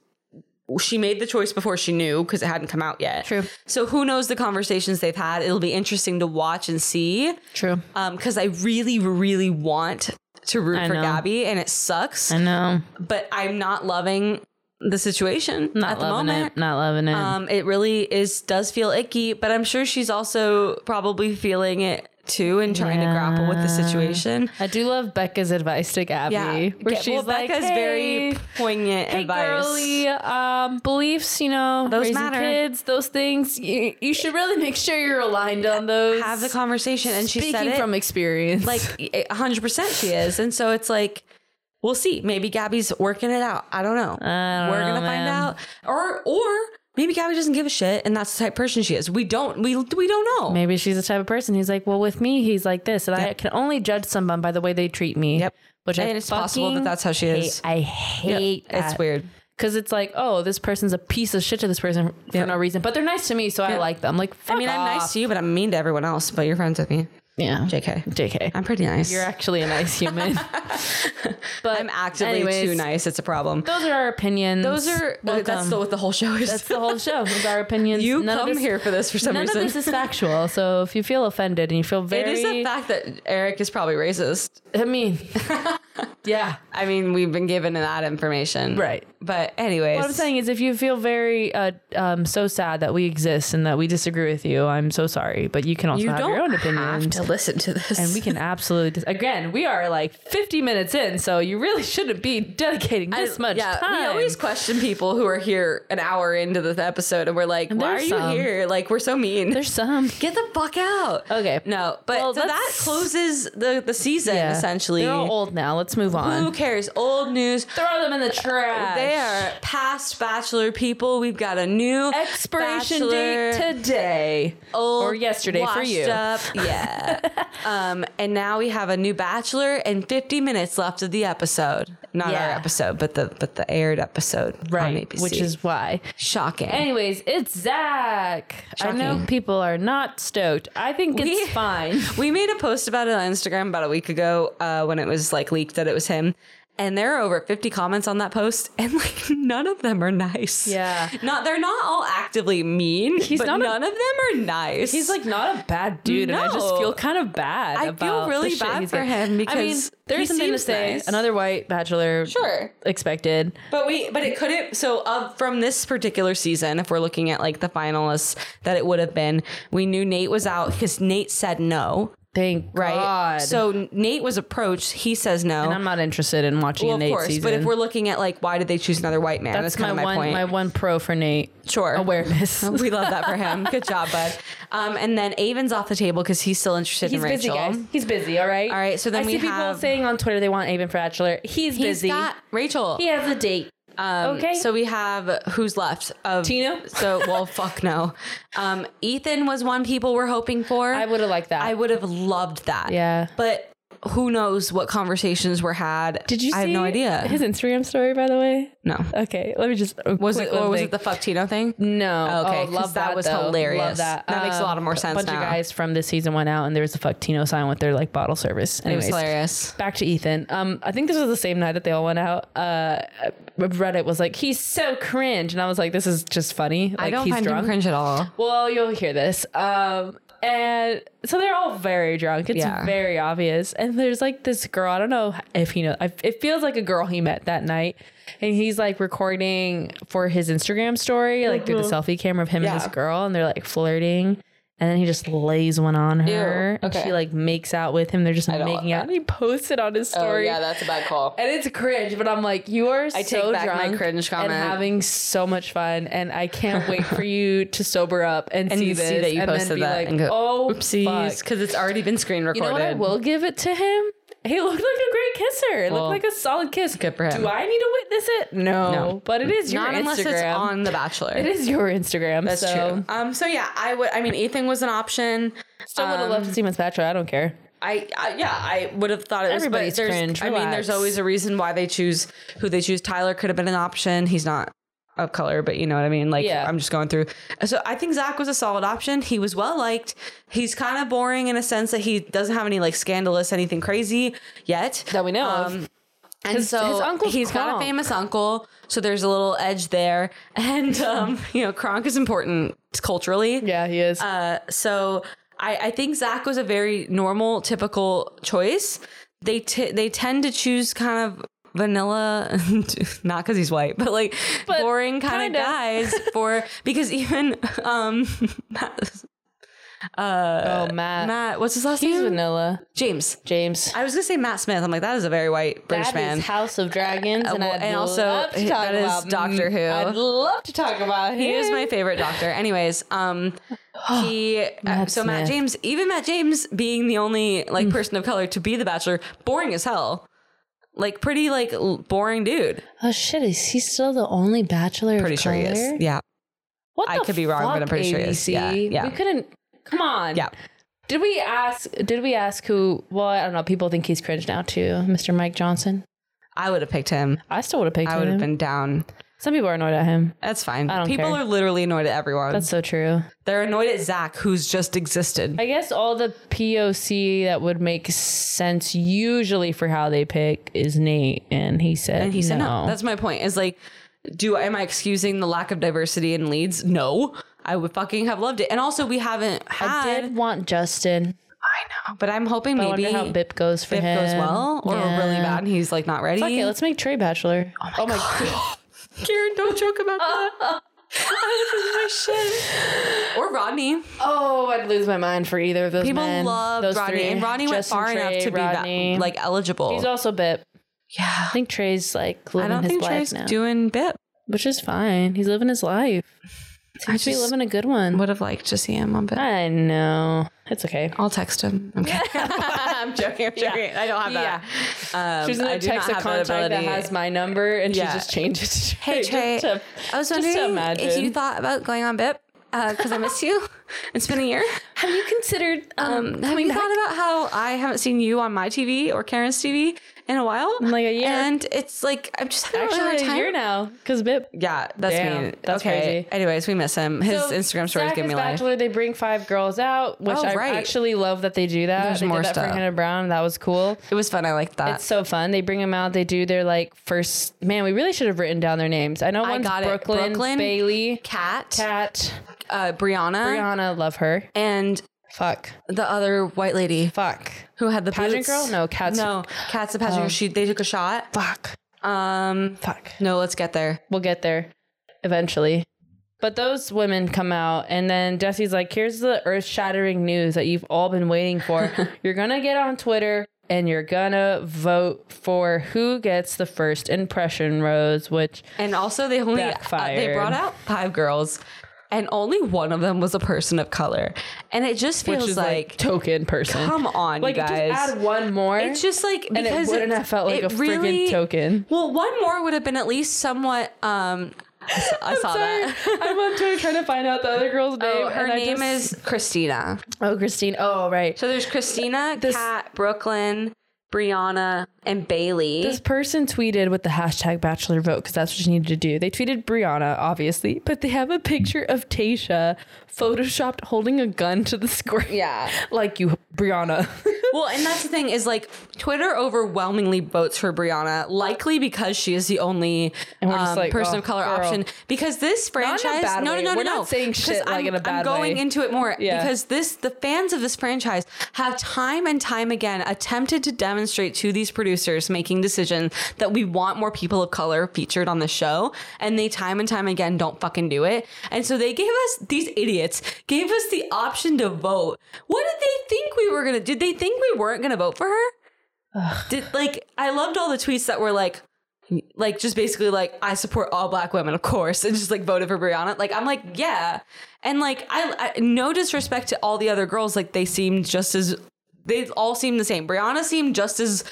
she made the choice before she knew because it hadn't come out yet.
True.
So who knows the conversations they've had? It'll be interesting to watch and see.
True.
Um, because I really, really want to root
I
for
know.
Gabby, and it sucks.
I know.
But I'm not loving the situation
Not
at the
loving it.
moment.
Not loving it.
Um, it really is does feel icky, but I'm sure she's also probably feeling it too and trying to grapple with the situation.
I do love Becca's advice to Gabby,
Yeah,
where
Get-
she's
well,
like,
Becca's
"Hey,
very poignant
hey,
advice.
girly um, beliefs, you know,
Those
raising
matter.
kids, those things. You, you should really make sure you're aligned on those.
Have the conversation, and she
Speaking
said it
from experience,
like 100% she is and so it's like we'll see maybe gabby's working it out i don't know
I don't
we're
know,
gonna find
man.
out or or maybe gabby doesn't give a shit and that's the type of person she is we don't we we don't know
Maybe she's the type of person who's like, well, with me, he's like this, and I
Yep.
can only judge someone by the way they treat me.
Yep.
Which I
And it's possible that
fucking
that's how she
hate-
is.
I hate.
it's
that.
weird
because it's like, oh, this person's a piece of shit to this person for
Yep.
no reason, but they're nice to me, so I like them. Like,
i mean i'm nice to you but i'm mean to everyone else but you're friends with me
Yeah,
jk
JK.
i'm pretty nice
You're actually a nice human. but
i'm actively
anyways,
too nice it's a problem
Those are our opinions.
those are that's
Welcome.
the, what the whole show is
That's the whole show. Is our opinions.
you
None of
come
this-
here for this for some
None
reason
of this is factual. So if you feel offended and you feel
it
very,
is a fact that eric is probably racist
I mean, yeah.
I mean, we've been given that information.
Right.
But anyways.
What I'm saying is, if you feel very uh, um, so sad that we exist and that we disagree with you, I'm so sorry. But you can also
you
have
don't
your own
have
opinions.
to listen to this.
And we can absolutely dis- again. We are like 50 minutes in, so you really shouldn't be dedicating this much
yeah,
time.
we always question people who are here an hour into the episode and we're like, why are
there's some.
you here? Like, we're so mean.
There's some.
Get the fuck out.
Okay.
No, but
Well,
so that
let's-
closes the, the season,
Yeah.
essentially.
They're all old now. Let's move on.
Who cares? Old news.
Throw them in the trash.
They are past bachelor people. We've got a new
Expiration
bachelor.
date today.
old,
Or yesterday for
washed
you.
Up. Yeah. um, and now we have a new bachelor and 50 minutes left of the episode. Not
Yeah.
our episode, but the but the aired episode right, on ABC.
Which is why.
shocking.
Anyways, it's Zach. I know
Shocking.
people are not stoked. I think it's
We-
fine.
we made a post about it on Instagram about a week ago uh, when it was like leaked that it was him. And there are over 50 comments on that post, and like none of them are nice.
Yeah.
Not they're not all actively mean,
He's
but
not a-
none of them are nice.
He's like not a bad dude, and I just
No.
feel kind of bad.
I feel
about the
really
shit
bad
he's
for
getting.
him
I mean,
because he
there's something to
seems
say.
nice.
Another white bachelor,
Sure.
expected.
But we, but it couldn't. So, of from this particular season, if we're looking at like the finalists that it would have been, we knew Nate was out because Nate said no,
Thank
right?
God.
So Nate was approached. He says no.
I'm not interested in watching
well,
a
of
Nate
course.
season.
But if we're looking at like why did they choose another white man? That's,
that's
kind
my,
of
one,
my point.
my one pro for Nate.
sure.
Awareness.
we love that for him. Good job, bud. Um, and then Avon's off the table because he's still interested
He's
in
busy,
Rachel.
guys. He's busy. All right. All
right, so then
I
we
see people
have-
saying on Twitter they want Avon for Bachelor. He's,
He's
busy.
got Rachel.
he has a date.
Um,
Okay.
So we have who's left of
Tino?
So well, fuck no. Um, Ethan was one people were hoping for.
I would have liked that.
I would have loved that.
Yeah.
But who knows what conversations were had?
Did you?
I have no
see
idea.
His Instagram story, by the way.
no.
Okay, let me just.
Was it or was it the fuck Tino thing?
No. Oh,
Okay, 'cause that was hilarious.
Love that. Um,
That makes a lot of more sense
A bunch
now.
of guys from this season went out, and there was a fuck Tino sign with their like bottle service.
It was
Anyways,
hilarious.
back to Ethan. Um, I think this was the same night that they all went out. Uh, Reddit was like, "He's so cringe," and I was like, "This is just funny." Like,
I don't
he's
find
drunk.
him cringe at all.
Well, you'll hear this. Um, and so they're all very drunk. It's
Yeah.
very obvious. And there's like this girl. I don't know if he knows. I, it feels like a girl he met that night. And he's like recording for his Instagram story, like through the selfie camera of him and
Mm-hmm. Yeah.
this girl, and they're like flirting. And then he just lays one on her. And
Okay.
she like makes out with him. They're just
don't
making
want
out. And he posts it on his story.
Oh, that's a bad call.
And it's cringe, but I'm like, you are
take
so
back my
drunk
cringe comment.
and having so much fun, and I can't wait for you to sober up and, see
you
this,
see that you
and
posted
then be
that
like,
and go,
oh,
Oopsies,
fuck.
because it's already been screen recorded.
You know what? I will give it to him. He looked like a great kisser. It
Well,
looked like a solid kiss.
good for him.
Do I need to witness it? No,
No.
but it is your
Not
Instagram.
unless it's on The Bachelor.
It is your Instagram.
That's
so
true. Um, so yeah, I would. I mean, Ethan was an option.
Still would have loved
Um,
to see Miss Bachelor. I don't care.
I, I yeah, I would have thought it was.
Everybody's
but there's,
cringe,
I mean, there's
relax.
always a reason why they choose who they choose. Tyler could have been an option. He's not of color, but you know what I mean. Like
Yeah.
I'm just going through. So I think Zach was a solid option. He was well liked. He's kind of boring in a sense that he doesn't have any like scandalous anything crazy yet
Um, That we know of.
And
His-
so
his uncle's
he's got a
Kronk.
famous uncle, so there's a little edge there. And um, you know, Kronk is important culturally.
Yeah, he is.
Uh, so I, I think Zach was a very normal, typical choice. They t- they tend to choose kind of vanilla, not because he's white, but like
But
boring kind
kinda.
of guys for because even um, Matt, uh,
oh, Matt.
Matt, what's his last
He's
name?
vanilla.
James.
James.
I was gonna say Matt Smith. I'm like that is a very white British
That
man. Uh,
is House of Dragons, and,
well,
I'd
and also,
love to
he-
talk
that is
about
Doctor Who.
I'd love to talk about him.
He is my favorite doctor. Anyways, um, he uh,
Matt
so Matt
Smith. Mm.
James, even Matt James being the only like person of color to be the Bachelor, boring as hell. Like pretty like l- boring dude.
oh shit! Is he still the only Bachelor?
Pretty
of
sure he
color?
is. Yeah,
What
I
the
could be wrong, but
fuck,
I'm pretty sure he is.
ABC?
Yeah, yeah.
We couldn't. Come on.
yeah.
Did we ask? Did we ask who? Well, I don't know. People think he's cringe now too. Mr. Mike Johnson.
I would have picked him.
I still would have picked
I would
him.
have been down.
Some people are annoyed at him.
That's fine.
I don't
People
care.
are literally annoyed at everyone.
That's so true.
They're annoyed at Zach, who's just existed.
I guess all the POC that would make sense usually for how they pick is Nate, and he said
And he said, no. That's my point. Is like, do am I excusing the lack of diversity in leads? No, I would fucking have loved it. And also, we haven't had.
I did want Justin.
I know, but I'm hoping
I
maybe
wonder how Bip goes for
Bip
him.
goes well or really
Yeah.
bad, and he's like not ready.
Fuck it, let's make Trey Bachelor. Oh my,
Karen, don't joke about that. I was losing my shit. Or Rodney.
Oh, I'd lose my mind for either of those
People
men.
loved
Those
Rodney,
three.
and Rodney
Justin,
went far
Trey,
enough to
Rodney.
be that, like eligible.
He's also Bip.
yeah,
I think Trey's like
I
living
don't
his
think
life
Trey's
now,
doing bit.
which is fine. He's living his life.
I
Seems to be
just
living a good one.
Would have liked to see him on bit.
I know it's okay.
I'll text him. I'm kidding. I'm joking. I'm joking. I don't have that. Um,
She's
I
gonna
do not
text a
have
contact that,
ability.
has my number, and
Yeah.
she just changed it. To
Hey Trey,
just to-
I was
just to
wondering if
imagine.
you thought about going on BIP because I miss you. It's been a year.
have you considered um,
Um, have you thought about how I haven't seen you on my TV or Karen's TV in a while?
like a year.
And it's like I'm just having a really
actually
hard
a
time.
year now? Because Bip.
Yeah, that's
Damn,
me.
that's
okay.
crazy.
Anyways, we miss him. His
So,
Instagram stories
Zach
give
is
me life.
Bachelor, they bring five girls out, which
Oh,
I
right.
actually love that they do that.
There's
they
more
did that
stuff. Uh,
for Hannah Brown. That was cool.
It was fun. I liked that.
It's so fun. They bring them out. They do their like first. Man, we really should have written down their names. I know
I
one's
got it.
Brooklyn,
Brooklyn,
Bailey,
Cat,
Cat,
Uh, Brianna,
Brianna. Love her.
and
Fuck.
the other white lady
Fuck.
who had the
Pageant
boots.
girl? No, Oh. Cat's-
No, Cat's the pageant. girl. She they took a shot.
Fuck.
Um,
Fuck.
no, let's get there.
We'll get there eventually. But those women come out, and then Jesse's like, here's the earth shattering news that you've all been waiting for. you're going to get on Twitter and you're going to vote for who gets the first impression rose, which
And also, they only uh, they
Backfired.
brought out five girls, and only one of them was a person of color. And it just
which
feels
is like,
like,
token person.
come on,
like,
you guys.
just add one more.
it's just like
and it
because
wouldn't have felt like a
it
friggin'
really-
token.
Well, one more would have been at least somewhat. Um, I saw, I saw that.
I'm on Twitter trying to find out the other girl's name.
Oh, her
and I
name
just-
is Christina.
Oh, Christine. Oh, right.
So there's Christina, Kat, Brooklyn, Brianna, and Bailey.
This person tweeted with the hashtag bachelor vote because that's what you needed to do. They tweeted Brianna, obviously, but they have a picture of Tasha photoshopped holding a gun to the screen.
Yeah.
Like you, Brianna.
Well, and that's the thing is like Twitter overwhelmingly votes for Brianna, likely because she is the only
we're just
um,
like,
person
oh,
of color
girl.
option. Because this
in a
franchise,
bad
no, no,
way.
no, no,
We're
no,
not saying
'Cause
shit, like,
I'm,
in a
I'm
bad
going
way.
into it more
Yeah.
because this the fans of this franchise have time and time again attempted to demonstrate to these producers making decisions that we want more people of color featured on the show, and they time and time again don't fucking do it. And so they gave us these idiots gave us the option to vote. What did they think we were gonna? Did they think we weren't gonna vote for her? Did like I loved all the tweets that were like like just basically like I support all black women, of course, and just like voted for Brianna. Like I'm like yeah, and like I, I no disrespect to all the other girls, like they seemed just as they all seemed the same. Brianna seemed just as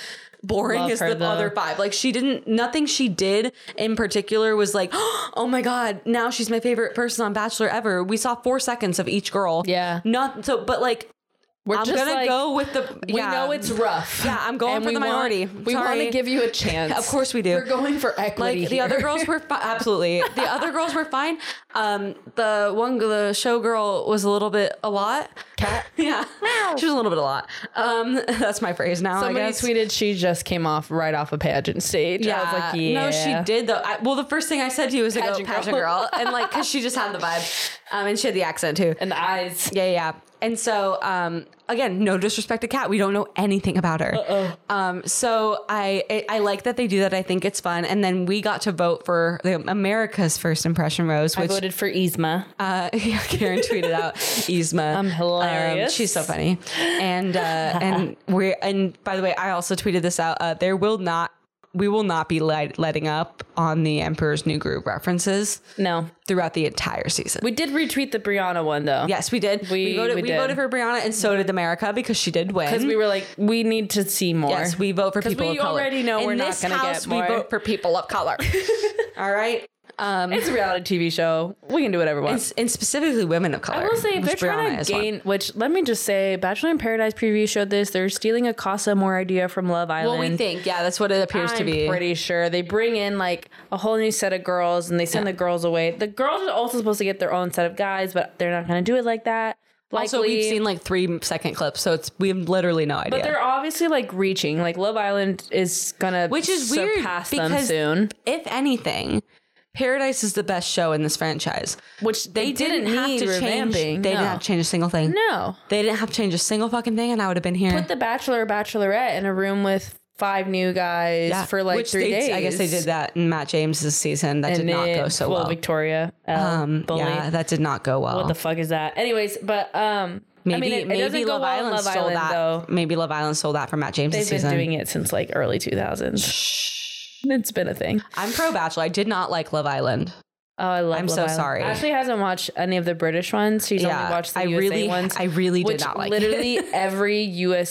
boring
Love
as
her,
the
though.
other five. Like she didn't nothing she did in particular was like oh my god now she's my favorite person on Bachelor ever. We saw four seconds of each girl.
Yeah.
not so but like
We're
I'm
just
gonna
like,
go with the.
We
yeah.
know it's rough.
Yeah, I'm going
and
for
we
the minority.
Want, we
Sorry.
want to give you a chance.
Of course we do.
We're going for equity.
Like the other
here.
girls were fi- absolutely. The other girls were fine. Um, the one, the show girl was a little bit a lot.
Cat?
Yeah, she was a little bit a lot. Um, that's my phrase now. I
Somebody
guess.
tweeted she just came off right off a pageant stage. I was like, yeah.
No, she did though. I, well, the first thing I said to you was like,
Pageant
"Pageant,
girl."
pageant girl," and like, cause she just had the vibe, um, and she had the accent too.
And the eyes.
Yeah, yeah. And so, um, again, no disrespect to Kat. We don't know anything about her.
Uh-uh.
Um, so I, I I like that they do that. I think it's fun. And then we got to vote for the America's First Impression Rose,
I
which
voted for Yzma.
uh, Karen tweeted out Yzma. Um,
I'm hilarious.
she's so funny. And uh, and we and by the way, I also tweeted this out. Uh, there will not we will not be let, letting up on the Emperor's New Groove references
no.
throughout the entire season.
We did retweet the Brianna one though.
yes, we did.
We-
voted.
we
We,
did.
voted for Brianna, and so did America because she did win.
Because we were like, we need to see more.
Yes, we vote for
'Cause
people
we
of color.
already know
In
we're not
this
gonna get
house,
more.
We vote for people of color. All right. Um,
It's a reality TV show. We can do whatever we want.
and, and specifically women of color.
I will say if they're
which
trying
Brianna
to
is one.
gain, which let me just say, Bachelor in Paradise preview showed this. They're stealing a Casa More idea from Love Island.
Well, we think, yeah, that's what it appears
I'm
to be.
pretty sure they bring in like a whole new set of girls and they send the girls away. The girls are also supposed to get their own set of guys, but they're not going to do it like that. Likely,
also, we've seen like three second clips, so it's we have literally no idea.
but they're obviously like reaching. Like Love Island is gonna
Which is weird
surpass them
because-
soon.
if anything, Paradise is the best show in this franchise.
Which they,
They didn't, have to change. They
revamping.
didn't
no.
have to change a single thing.
No.
They didn't have to change a single fucking thing, and I would have been here.
put the bachelor or bachelorette in a room with five new guys
Yeah.
for like
Which
three
they-
days.
I guess they did that in Matt James's season. That did not
Nick,
go so well.
Victoria, L,
Um,
bully.
yeah, that did not go well.
What the fuck is that? Anyways, but um,
maybe
I mean, it, it
maybe
doesn't go
Love
well in
Island
Love
stole
Island
that.
though.
Maybe Love Island stole that from Matt James's
They've
season.
been doing it since like early 2000s. It's been a thing.
I'm pro Bachelor. I did not like Love Island.
Oh, I love.
I'm
Love
so
Island.
sorry.
Ashley hasn't watched any of the British ones. She's only watched the
I
USA
really,
ones.
I really did
which
not like. it.
literally every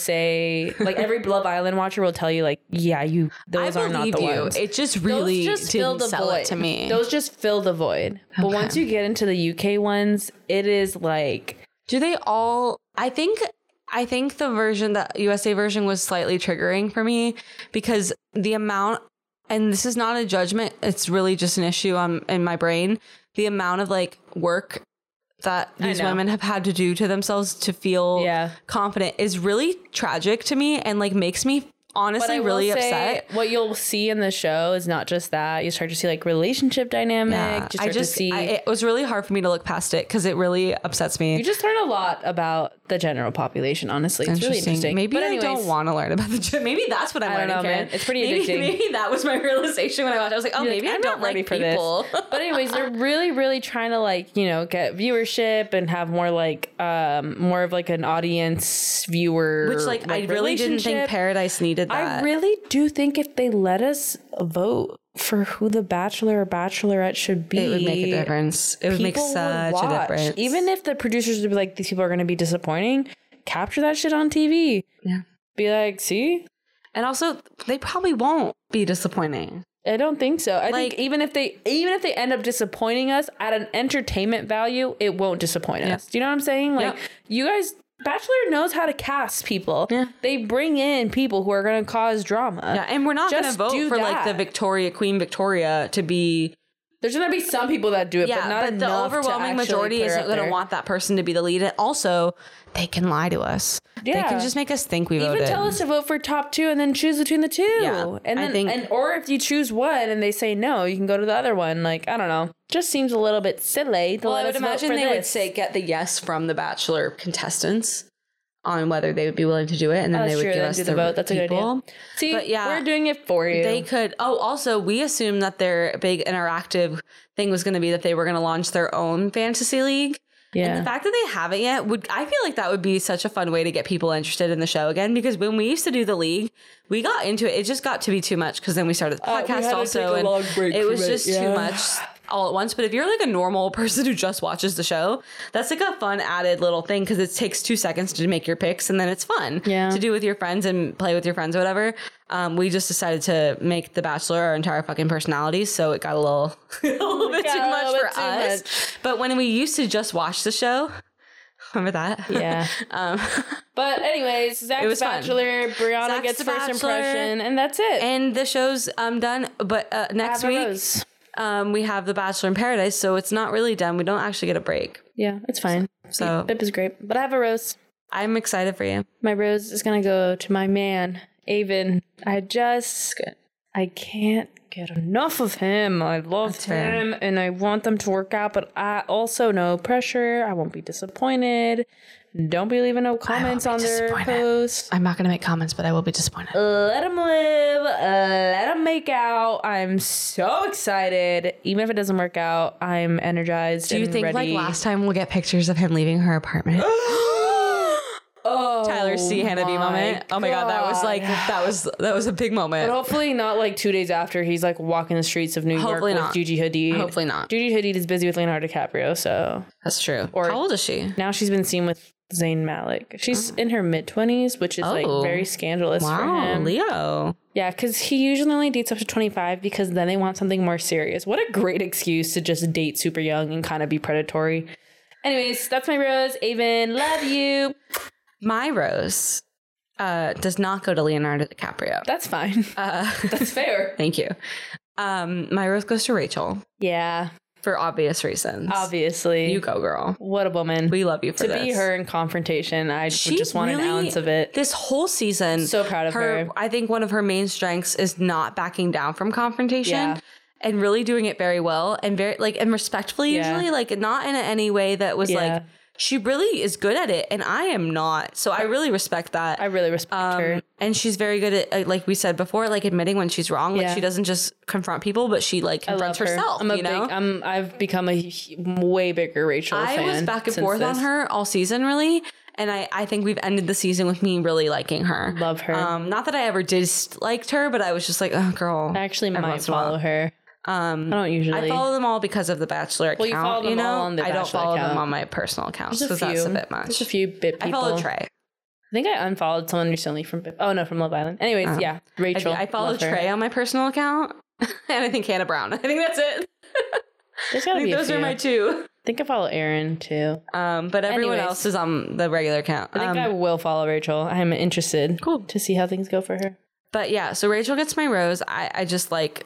USA, like every Love Island watcher will tell you, like, yeah, you those
I
are not
believe
the
you.
ones.
It just really
those just fill
didn't
the
sell
void
it to me.
Those just fill the void. But
Okay.
once you get into the UK ones, it is like
Do they all? I think. I think the version, the USA version, was slightly triggering for me because the amount, and this is not a judgment. It's really just an issue on in my brain. The amount of like work that
I
these
know.
women have had to do to themselves to feel
Yeah.
confident is really tragic to me and like makes me honestly
will
really
say
upset.
What you'll see in the show is not just that. You start to see like relationship dynamic.
Yeah.
You just
I
start
just
to see.
I, it was really hard for me to look past it because it really upsets me.
you just learn a lot about the general population. Honestly, it's really interesting.
Maybe
but
I
anyways,
don't want to learn about the gym. Maybe that's what I'm
I don't
learning.
know,
Karen.
man. It's pretty
maybe,
addicting.
Maybe that was my realization when I watched. it. I was like, oh,
You're like,
maybe I
I'm
don't
not ready
like
for this.
people.
But anyways, they're really, really trying to like you know get viewership and have more like um more of like an audience viewer.
Which, like, I really didn't think
relationship.
Paradise needed
I
that.
really do think if they let us vote for who the bachelor or bachelorette should be,
it would make a difference. It would make
people would
such a
watch.
difference.
Even if the producers would be like, these people are going to be disappointing, capture that shit on TV.
Yeah.
Be like, see,
and also, they probably won't be disappointing.
I don't think so. I
Like-
think even if they even if they end up disappointing us at an entertainment value, it won't disappoint us. Do you know what I'm saying? Like
Yeah.
you guys Bachelor knows how to cast people.
Yeah.
They bring in people who are going to cause drama.
Yeah, and we're not going to
Uh, Just
vote
do
for like the
that.
Victoria Queen Victoria to be.
There's going to be some people that do it,
Yeah,
but not
but, the
enough to
overwhelming
actually
majority
put her
isn't
up
going to
there.
want that person to be the lead. And also, they can lie to us. They
Yeah.
can just make us think we
even
voted.
tell us to vote for top two and then choose between the two.
Yeah,
and
I
then
think-
and or if you choose one and they say no, you can go to the other one. Like I don't know, just seems a little bit silly. To
Well,
let
I would
us vote
imagine
for
they would
this.
say get the yes from the Bachelor contestants on whether they would be willing to do it, and then
That's
they would
true,
give
then
us
do
the,
the vote. That's a good idea.
people.
See,
But yeah,
we're doing it for you.
They could. Oh, also, we assumed that their big interactive thing was going to be that they were going to launch their own fantasy league. And the fact that they haven't yet would I feel like that would be such a fun way to get people interested in the show again because when we used to do the league, we got into it. It just got to be too much because then we started the
Uh, we had
podcast
to take a
also and
long break
it
from
was
it,
just
yeah.
too much all at once. But if you're like a normal person who just watches the show, that's like a fun added little thing because it takes two seconds to make your picks and then it's fun
Yeah.
to do with your friends and play with your friends or whatever. Um, we just decided to make The Bachelor our entire fucking personality, so it got a little, a little bit
Got
too
a
much
little
for
bit too
us. But when we used to just watch the show, remember that?
yeah.
Um,
But anyways, Zach's
was fun.
Bachelor, Brianna
Zach's
gets
the
first
Bachelor.
impression, and that's it.
And the show's um done, but uh, next
Have a
week
rose.
um we have The Bachelor in Paradise, so it's not really done. We don't actually get a break.
Yeah, it's fine.
So
Bip is great. But I have a rose.
I'm excited for you.
My rose is gonna go to my man, Avon. I just I can't get enough of him. I love
fair.
him and I want them to work out, but I also no pressure. I won't be disappointed. Don't be leaving no comments
be
on their
disappointed.
post.
I'm not gonna make comments, but I will be disappointed.
Let them live. uh, Let them make out. I'm so excited. Even if it doesn't work out, I'm energized.
Do you
and
think
ready.
like last time we'll get pictures of him leaving her apartment?
oh,
Tyler C. Hannah B moment. Oh my god, that was like that was that was a big moment.
But hopefully not like two days after he's like walking the streets of New
Hopefully
York
not.
with Gigi Hadid.
Hopefully not.
Gigi Hadid is busy with Leonardo DiCaprio, so
That's true. How old is she?
now she's been seen with Zayn Malik. She's in her mid twenties, which is
Oh.
like very scandalous for
Wow,
him.
Leo.
yeah, because he usually only dates up to twenty five because then they want something more serious. What a great excuse to just date super young and kind of be predatory. Anyways, that's my rose. Avon, love you.
My rose uh, does not go to Leonardo DiCaprio.
That's fine.
Uh,
That's fair.
thank you. Um, my rose goes to Rachel
yeah,
for obvious reasons.
obviously.
You go, girl.
what a woman.
We love you for
to
this.
be her in confrontation. I just want an
really-
ounce of it.
This whole season,
So proud of her.
I think one of her main strengths is not backing down from confrontation.
Yeah.
And really doing it very well and very like and respectfully
Yeah.
usually like not in any way that was
Yeah.
like she really is good at it and I am not so I really respect that
I really respect her.
um, and she's very good at uh, like we said before like admitting when she's wrong like
Yeah.
she doesn't just confront people but she like
I
confronts
love her.
herself
I'm a
you know
big. I'm. I've become a h- way bigger Rachel.
I
fan
was back and
since
forth
this.
on her all season, really. And I, I think we've ended the season with me really liking her.
Love her.
Um, not that I ever disliked her, but I was just like, oh, girl.
I actually
every
might
once in a while.
follow her. Um, I don't usually.
I follow them all because of the Bachelor account.
you follow them
know?
all on the
I don't
Bachelor
follow them
account.
on my personal accounts
There's
because that's a bit much.
There's a few bit people.
I follow Trey.
I think I unfollowed someone recently from. Bip- Oh no, from Love Island. Anyways, yeah, Rachel.
Um, I, I follow
love her.
Trey on my personal account, and I think Hannah Brown. I think that's it.
There's
I
gotta
think
be.
those
a
are
few.
my two.
I think I follow Aaron too.
Um, but everyone
Anyways.
else is on the regular account.
I think
Um,
I will follow Rachel. I'm interested.
Cool.
to see how things go for her.
But yeah, so Rachel gets my rose. I, I just like,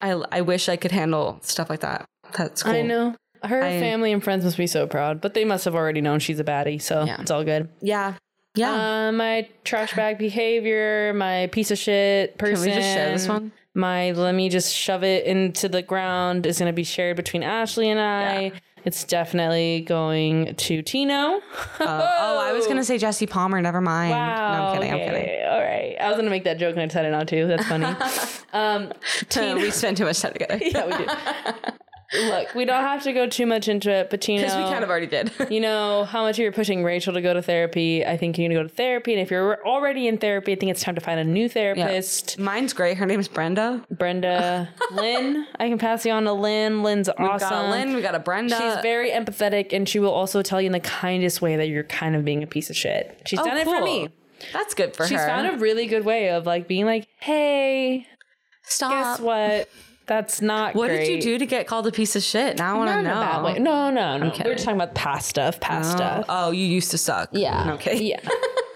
I, I wish I could handle stuff like that. That's cool.
I know. Her
I-
family and friends must be so proud, but they must have already known she's a baddie, so
Yeah.
it's all good.
Yeah. Yeah.
Uh, my trash bag behavior, my piece of shit
Can
person.
we just share this one?
My let me just shove it into the ground is going to be shared between Ashley and I.
Yeah.
It's definitely going to Tino.
Uh, oh, I was going to say Jesse Palmer. Never mind. No,
Wow,
I'm kidding. I'm
okay,
kidding.
All right. I was going to make that joke and I decided not to. That's funny. um,
Uh,
Tino.
we spend too much time together.
yeah, we do. Look, we don't have to go too much into it, but Tino.
Because we kind of already did.
you know how much you're pushing Rachel to go to therapy. I think you need to go to therapy. And if you're already in therapy, I think it's time to find a new therapist.
Mine's great. Her name's Brenda.
Brenda, Lynn, I can pass you on to Lynn. Lynn's
We
awesome.
got a Lynn. We got a Brenda.
She's very empathetic, and she will also tell you in the kindest way that you're kind of being a piece of shit. She's
Oh,
done it for
cool.
me.
That's good for
She's
her.
found a really good way of like being like, "Hey,
Stop.
guess what? That's not
Uh, What
great."
did you do to get called a piece of shit? Now I want to
Not in a bad way.
know.
No, no, no. We're just talking about past stuff. Past
Oh,
stuff.
oh, you used to suck.
Uh, Yeah.
Okay.
Yeah.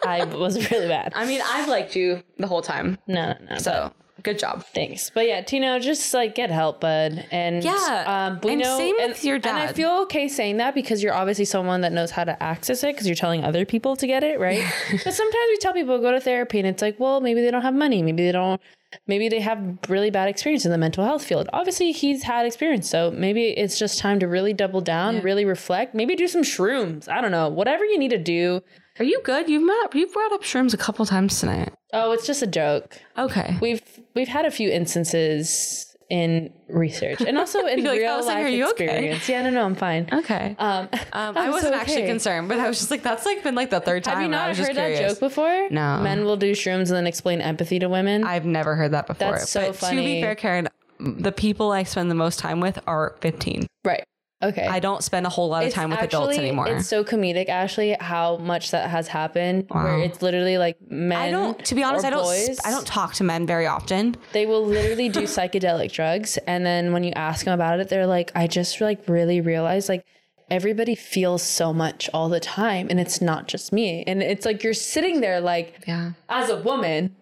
I was really bad.
I mean, I've liked you the whole time.
No, no, no. So
So good job.
thanks, but yeah, Tino, just like get help, bud, and
Yeah,
um, we
and
know.
same
and,
with your
And I
dad.
feel okay saying that because you're obviously someone that knows how to access it because you're telling other people to get it, right? but sometimes we tell people go to therapy, and it's like, well, maybe they don't have money, maybe they don't, maybe they have really bad experience in the mental health field. Obviously, he's had experience, so maybe it's just time to really double down, really reflect, maybe do some shrooms. I don't know, whatever you need to do.
Are you good? You've met, you've brought up shrooms a couple times tonight.
Oh, it's just a joke.
Okay.
we've we've had a few instances in research and also in
You're like, I
real
was like,
life
"Are you okay?"
experience. Yeah, no, no, I'm fine.
okay.
Um,
Um,
I'm
I wasn't
so
actually
okay.
concerned, but I was just like, that's like been like the third time.
Have you
and I
not
was just
heard that
curious.
joke before?
No.
Men will do shrooms and then explain empathy to women.
I've never heard that before.
That's so
but To
funny.
be fair, Karen, the people I spend the most time with are 15.
right. Okay.
I don't spend a whole lot of time with adults
actually-
anymore.
It's so comedic, actually, how much that has happened. Where
Wow.
it's literally like men.
I don't. To be honest,
or
I don't.
Boys,
Boys. I don't talk to men very often.
They will literally do psychedelic drugs, and then when you ask them about it, they're like, "I just like really realized like everybody feels so much all the time and it's not just me. And it's like you're sitting there like
Yeah.
as a woman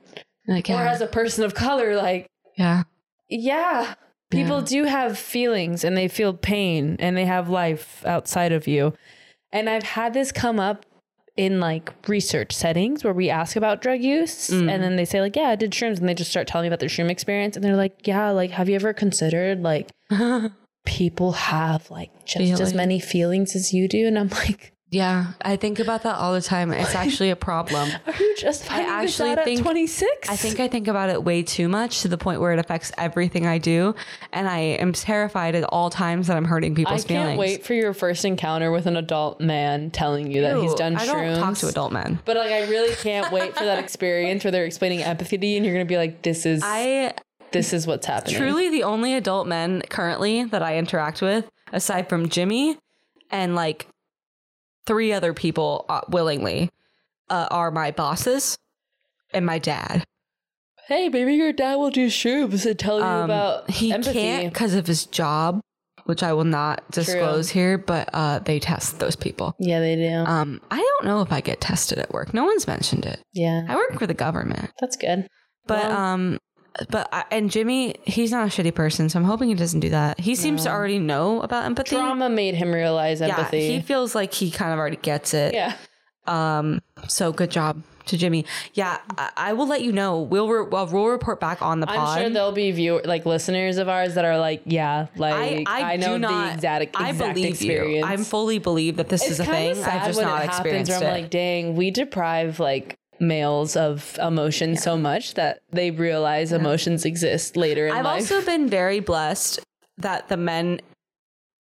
Like,
or
yeah.
as a person of color like
yeah.
yeah, people do have feelings and they feel pain and they have life outside of you. And I've had this come up in like research settings where we ask about drug use
Mm.
and then they say like yeah i did shrooms and they just start telling me about their shroom experience and they're like yeah like have you ever considered like people have like just as
Feeling.
many feelings as you do and i'm like
Yeah. I think about that all the time. It's actually a problem.
are you just finding this
actually
out at
think-
26
I think I think about it way too much to the point where it affects everything I do. And I am terrified at all times that I'm hurting
i
people's
can't
feelings.
wait for your first encounter with an adult man telling you that he's
Ew,
done
I
shrooms
don't talk to adult men.
But like, I really can't wait for that experience where they're explaining empathy, and you're gonna be like, "This is
I
this is what's happening."
truly the only adult men currently that I interact with, aside from Jimmy and like three other people uh, willingly, uh, are my bosses and my dad.
hey, maybe your dad will do shrooms and tell you
Um,
about
he
empathy.
can't because of his job, which I will not disclose here. But uh, they test those people.
yeah, they do.
Um, I don't know if I get tested at work. No one's mentioned it.
yeah,
I work for the government,
that's good.
but
Well-
um, but I, and Jimmy, he's not a shitty person, so I'm hoping he doesn't do that. He seems to already know about empathy.
Trauma made him realize empathy.
Yeah, he feels like he kind of already gets it.
yeah.
Um. So good job to Jimmy. Yeah, I, I will let you know. We'll re- well, we'll report back on the pod.
I'm sure there'll be viewer like listeners of ours that are like, yeah, like I, know
do
the exact exact
I believe
experience.
you. I'm fully believe that this
it's
is a
kinda
thing. I've
sad
just
when
not
it happens
experienced
where I'm
it.
like, dang, we deprive like males of emotion so much that they realize emotions exist later in
I've
life.
also been very blessed that the men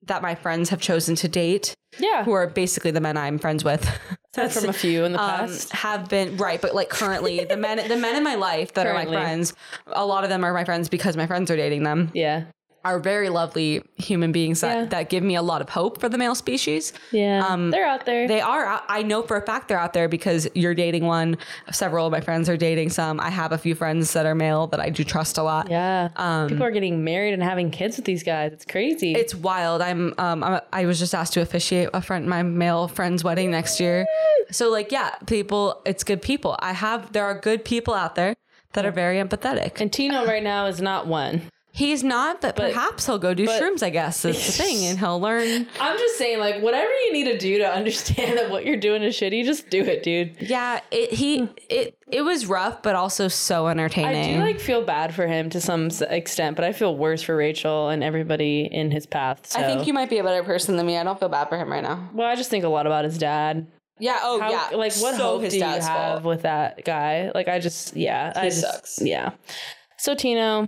that my friends have chosen to date,
yeah,
who are basically the men I'm friends with, that's
from a few in the
um,
past.
have been right, but like currently the men the men in my life that
Currently.
are my friends, a lot of them are my friends because my friends are dating them,
yeah,
are very lovely human beings that,
Yeah.
that give me a lot of hope for the male species.
yeah,
Um,
they're out there.
They are. out- I know for a fact they're out there because you're dating one. Several of my friends are dating some. I have a few friends that are male that I do trust a lot.
yeah, people are getting married and having kids with these guys. Um, It's crazy.
It's wild. I'm. Um. I'm, I was just asked to officiate a friend, my male friend's wedding next year. So like, yeah, people. It's good people. I have. There are good people out there that are very empathetic.
and Tino right now is not one.
He's not, but, perhaps he'll go do shrooms. I guess is the thing, and he'll learn.
I'm just saying, like, whatever you need to do to understand that what you're doing is shitty, just do it, dude.
Yeah. It. He. It. It was rough, but also so
I
entertaining.
do like feel bad for him to some s- extent, but I feel worse for Rachel and everybody in his path. So.
I think you might be a better person than me. I don't feel bad for him right now.
Well, I just think a lot about his dad.
Yeah. Oh,
How,
yeah.
Like, what
So
hope do you have
fault.
with that guy? Like, I just, yeah, I
He
just,
sucks.
yeah. So Tino,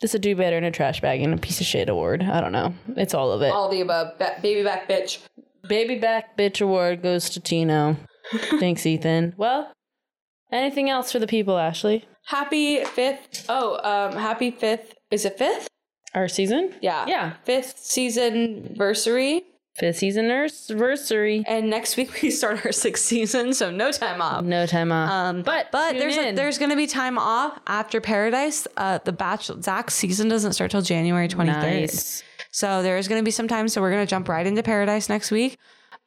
this a do better in a trash bag and a piece of shit award. I don't know. It's all of it.
All the above. Ba- baby back bitch.
Baby back bitch award goes to Tino. Thanks, Ethan. Well, anything else for the people, Ashley?
Happy fifth. Oh, um, happy fifth. Is it fifth?
Our season,
Yeah.
yeah,
Fifth season anniversary.
fifth season anniversary.
And next week we start our sixth season, so no time off.
No time off.
Um,
But
but
tune
there's a,
in.
there's gonna be time off after Paradise. Uh, the Bachelor Zach's season doesn't start till January 23rd,
nice.
so there is gonna be some time. So we're gonna jump right into Paradise next week.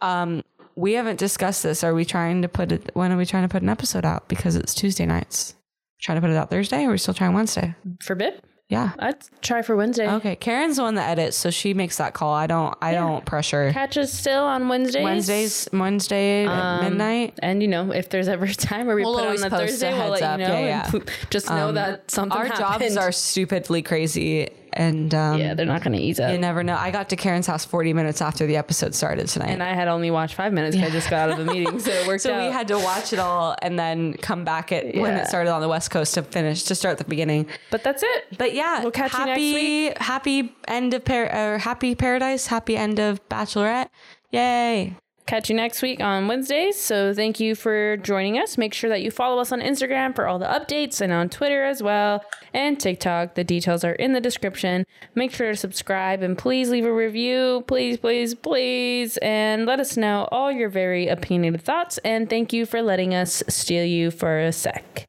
Um, we haven't discussed this. Are we trying to put it? When are we trying to put an episode out? Because it's Tuesday nights. Trying to put it out Thursday, or are we still trying Wednesday?
For Bib,
Yeah.
I'd try for Wednesday.
Okay. Karen's the one that edits, so she makes that call. I don't. I don't pressure.
Catch us still on Wednesdays. Um,
Wednesdays, Wednesday at midnight.
And you know, if there's ever a time where we
We'll
put it
always
on a
post a
Thursday, we'll let
heads up.
you know.
Yeah, Um,
and Just know that something
Our jobs
happened.
are stupidly crazy, and um,
yeah, they're not going to ease up.
you never know. I got to Karen's house 40 minutes after the episode started tonight,
and I had only watched five minutes because I just got out of a meeting, so it worked
so
out.
we had to watch it all and then come back at when
Yeah.
it started on the West Coast to finish to start the beginning.
but that's it.
But yeah,
We'll catch you next
happy, Happy end of par- or happy paradise. Happy end of Bachelorette. Yay!
Catch you next week on Wednesdays. So thank you for joining us. Make sure that you follow us on Instagram for all the updates and on Twitter as well and TikTok. The details are in the description. Make sure to subscribe and please leave a review. Please, please, please. And let us know all your very opinionated thoughts. And thank you for letting us steal you for a sec.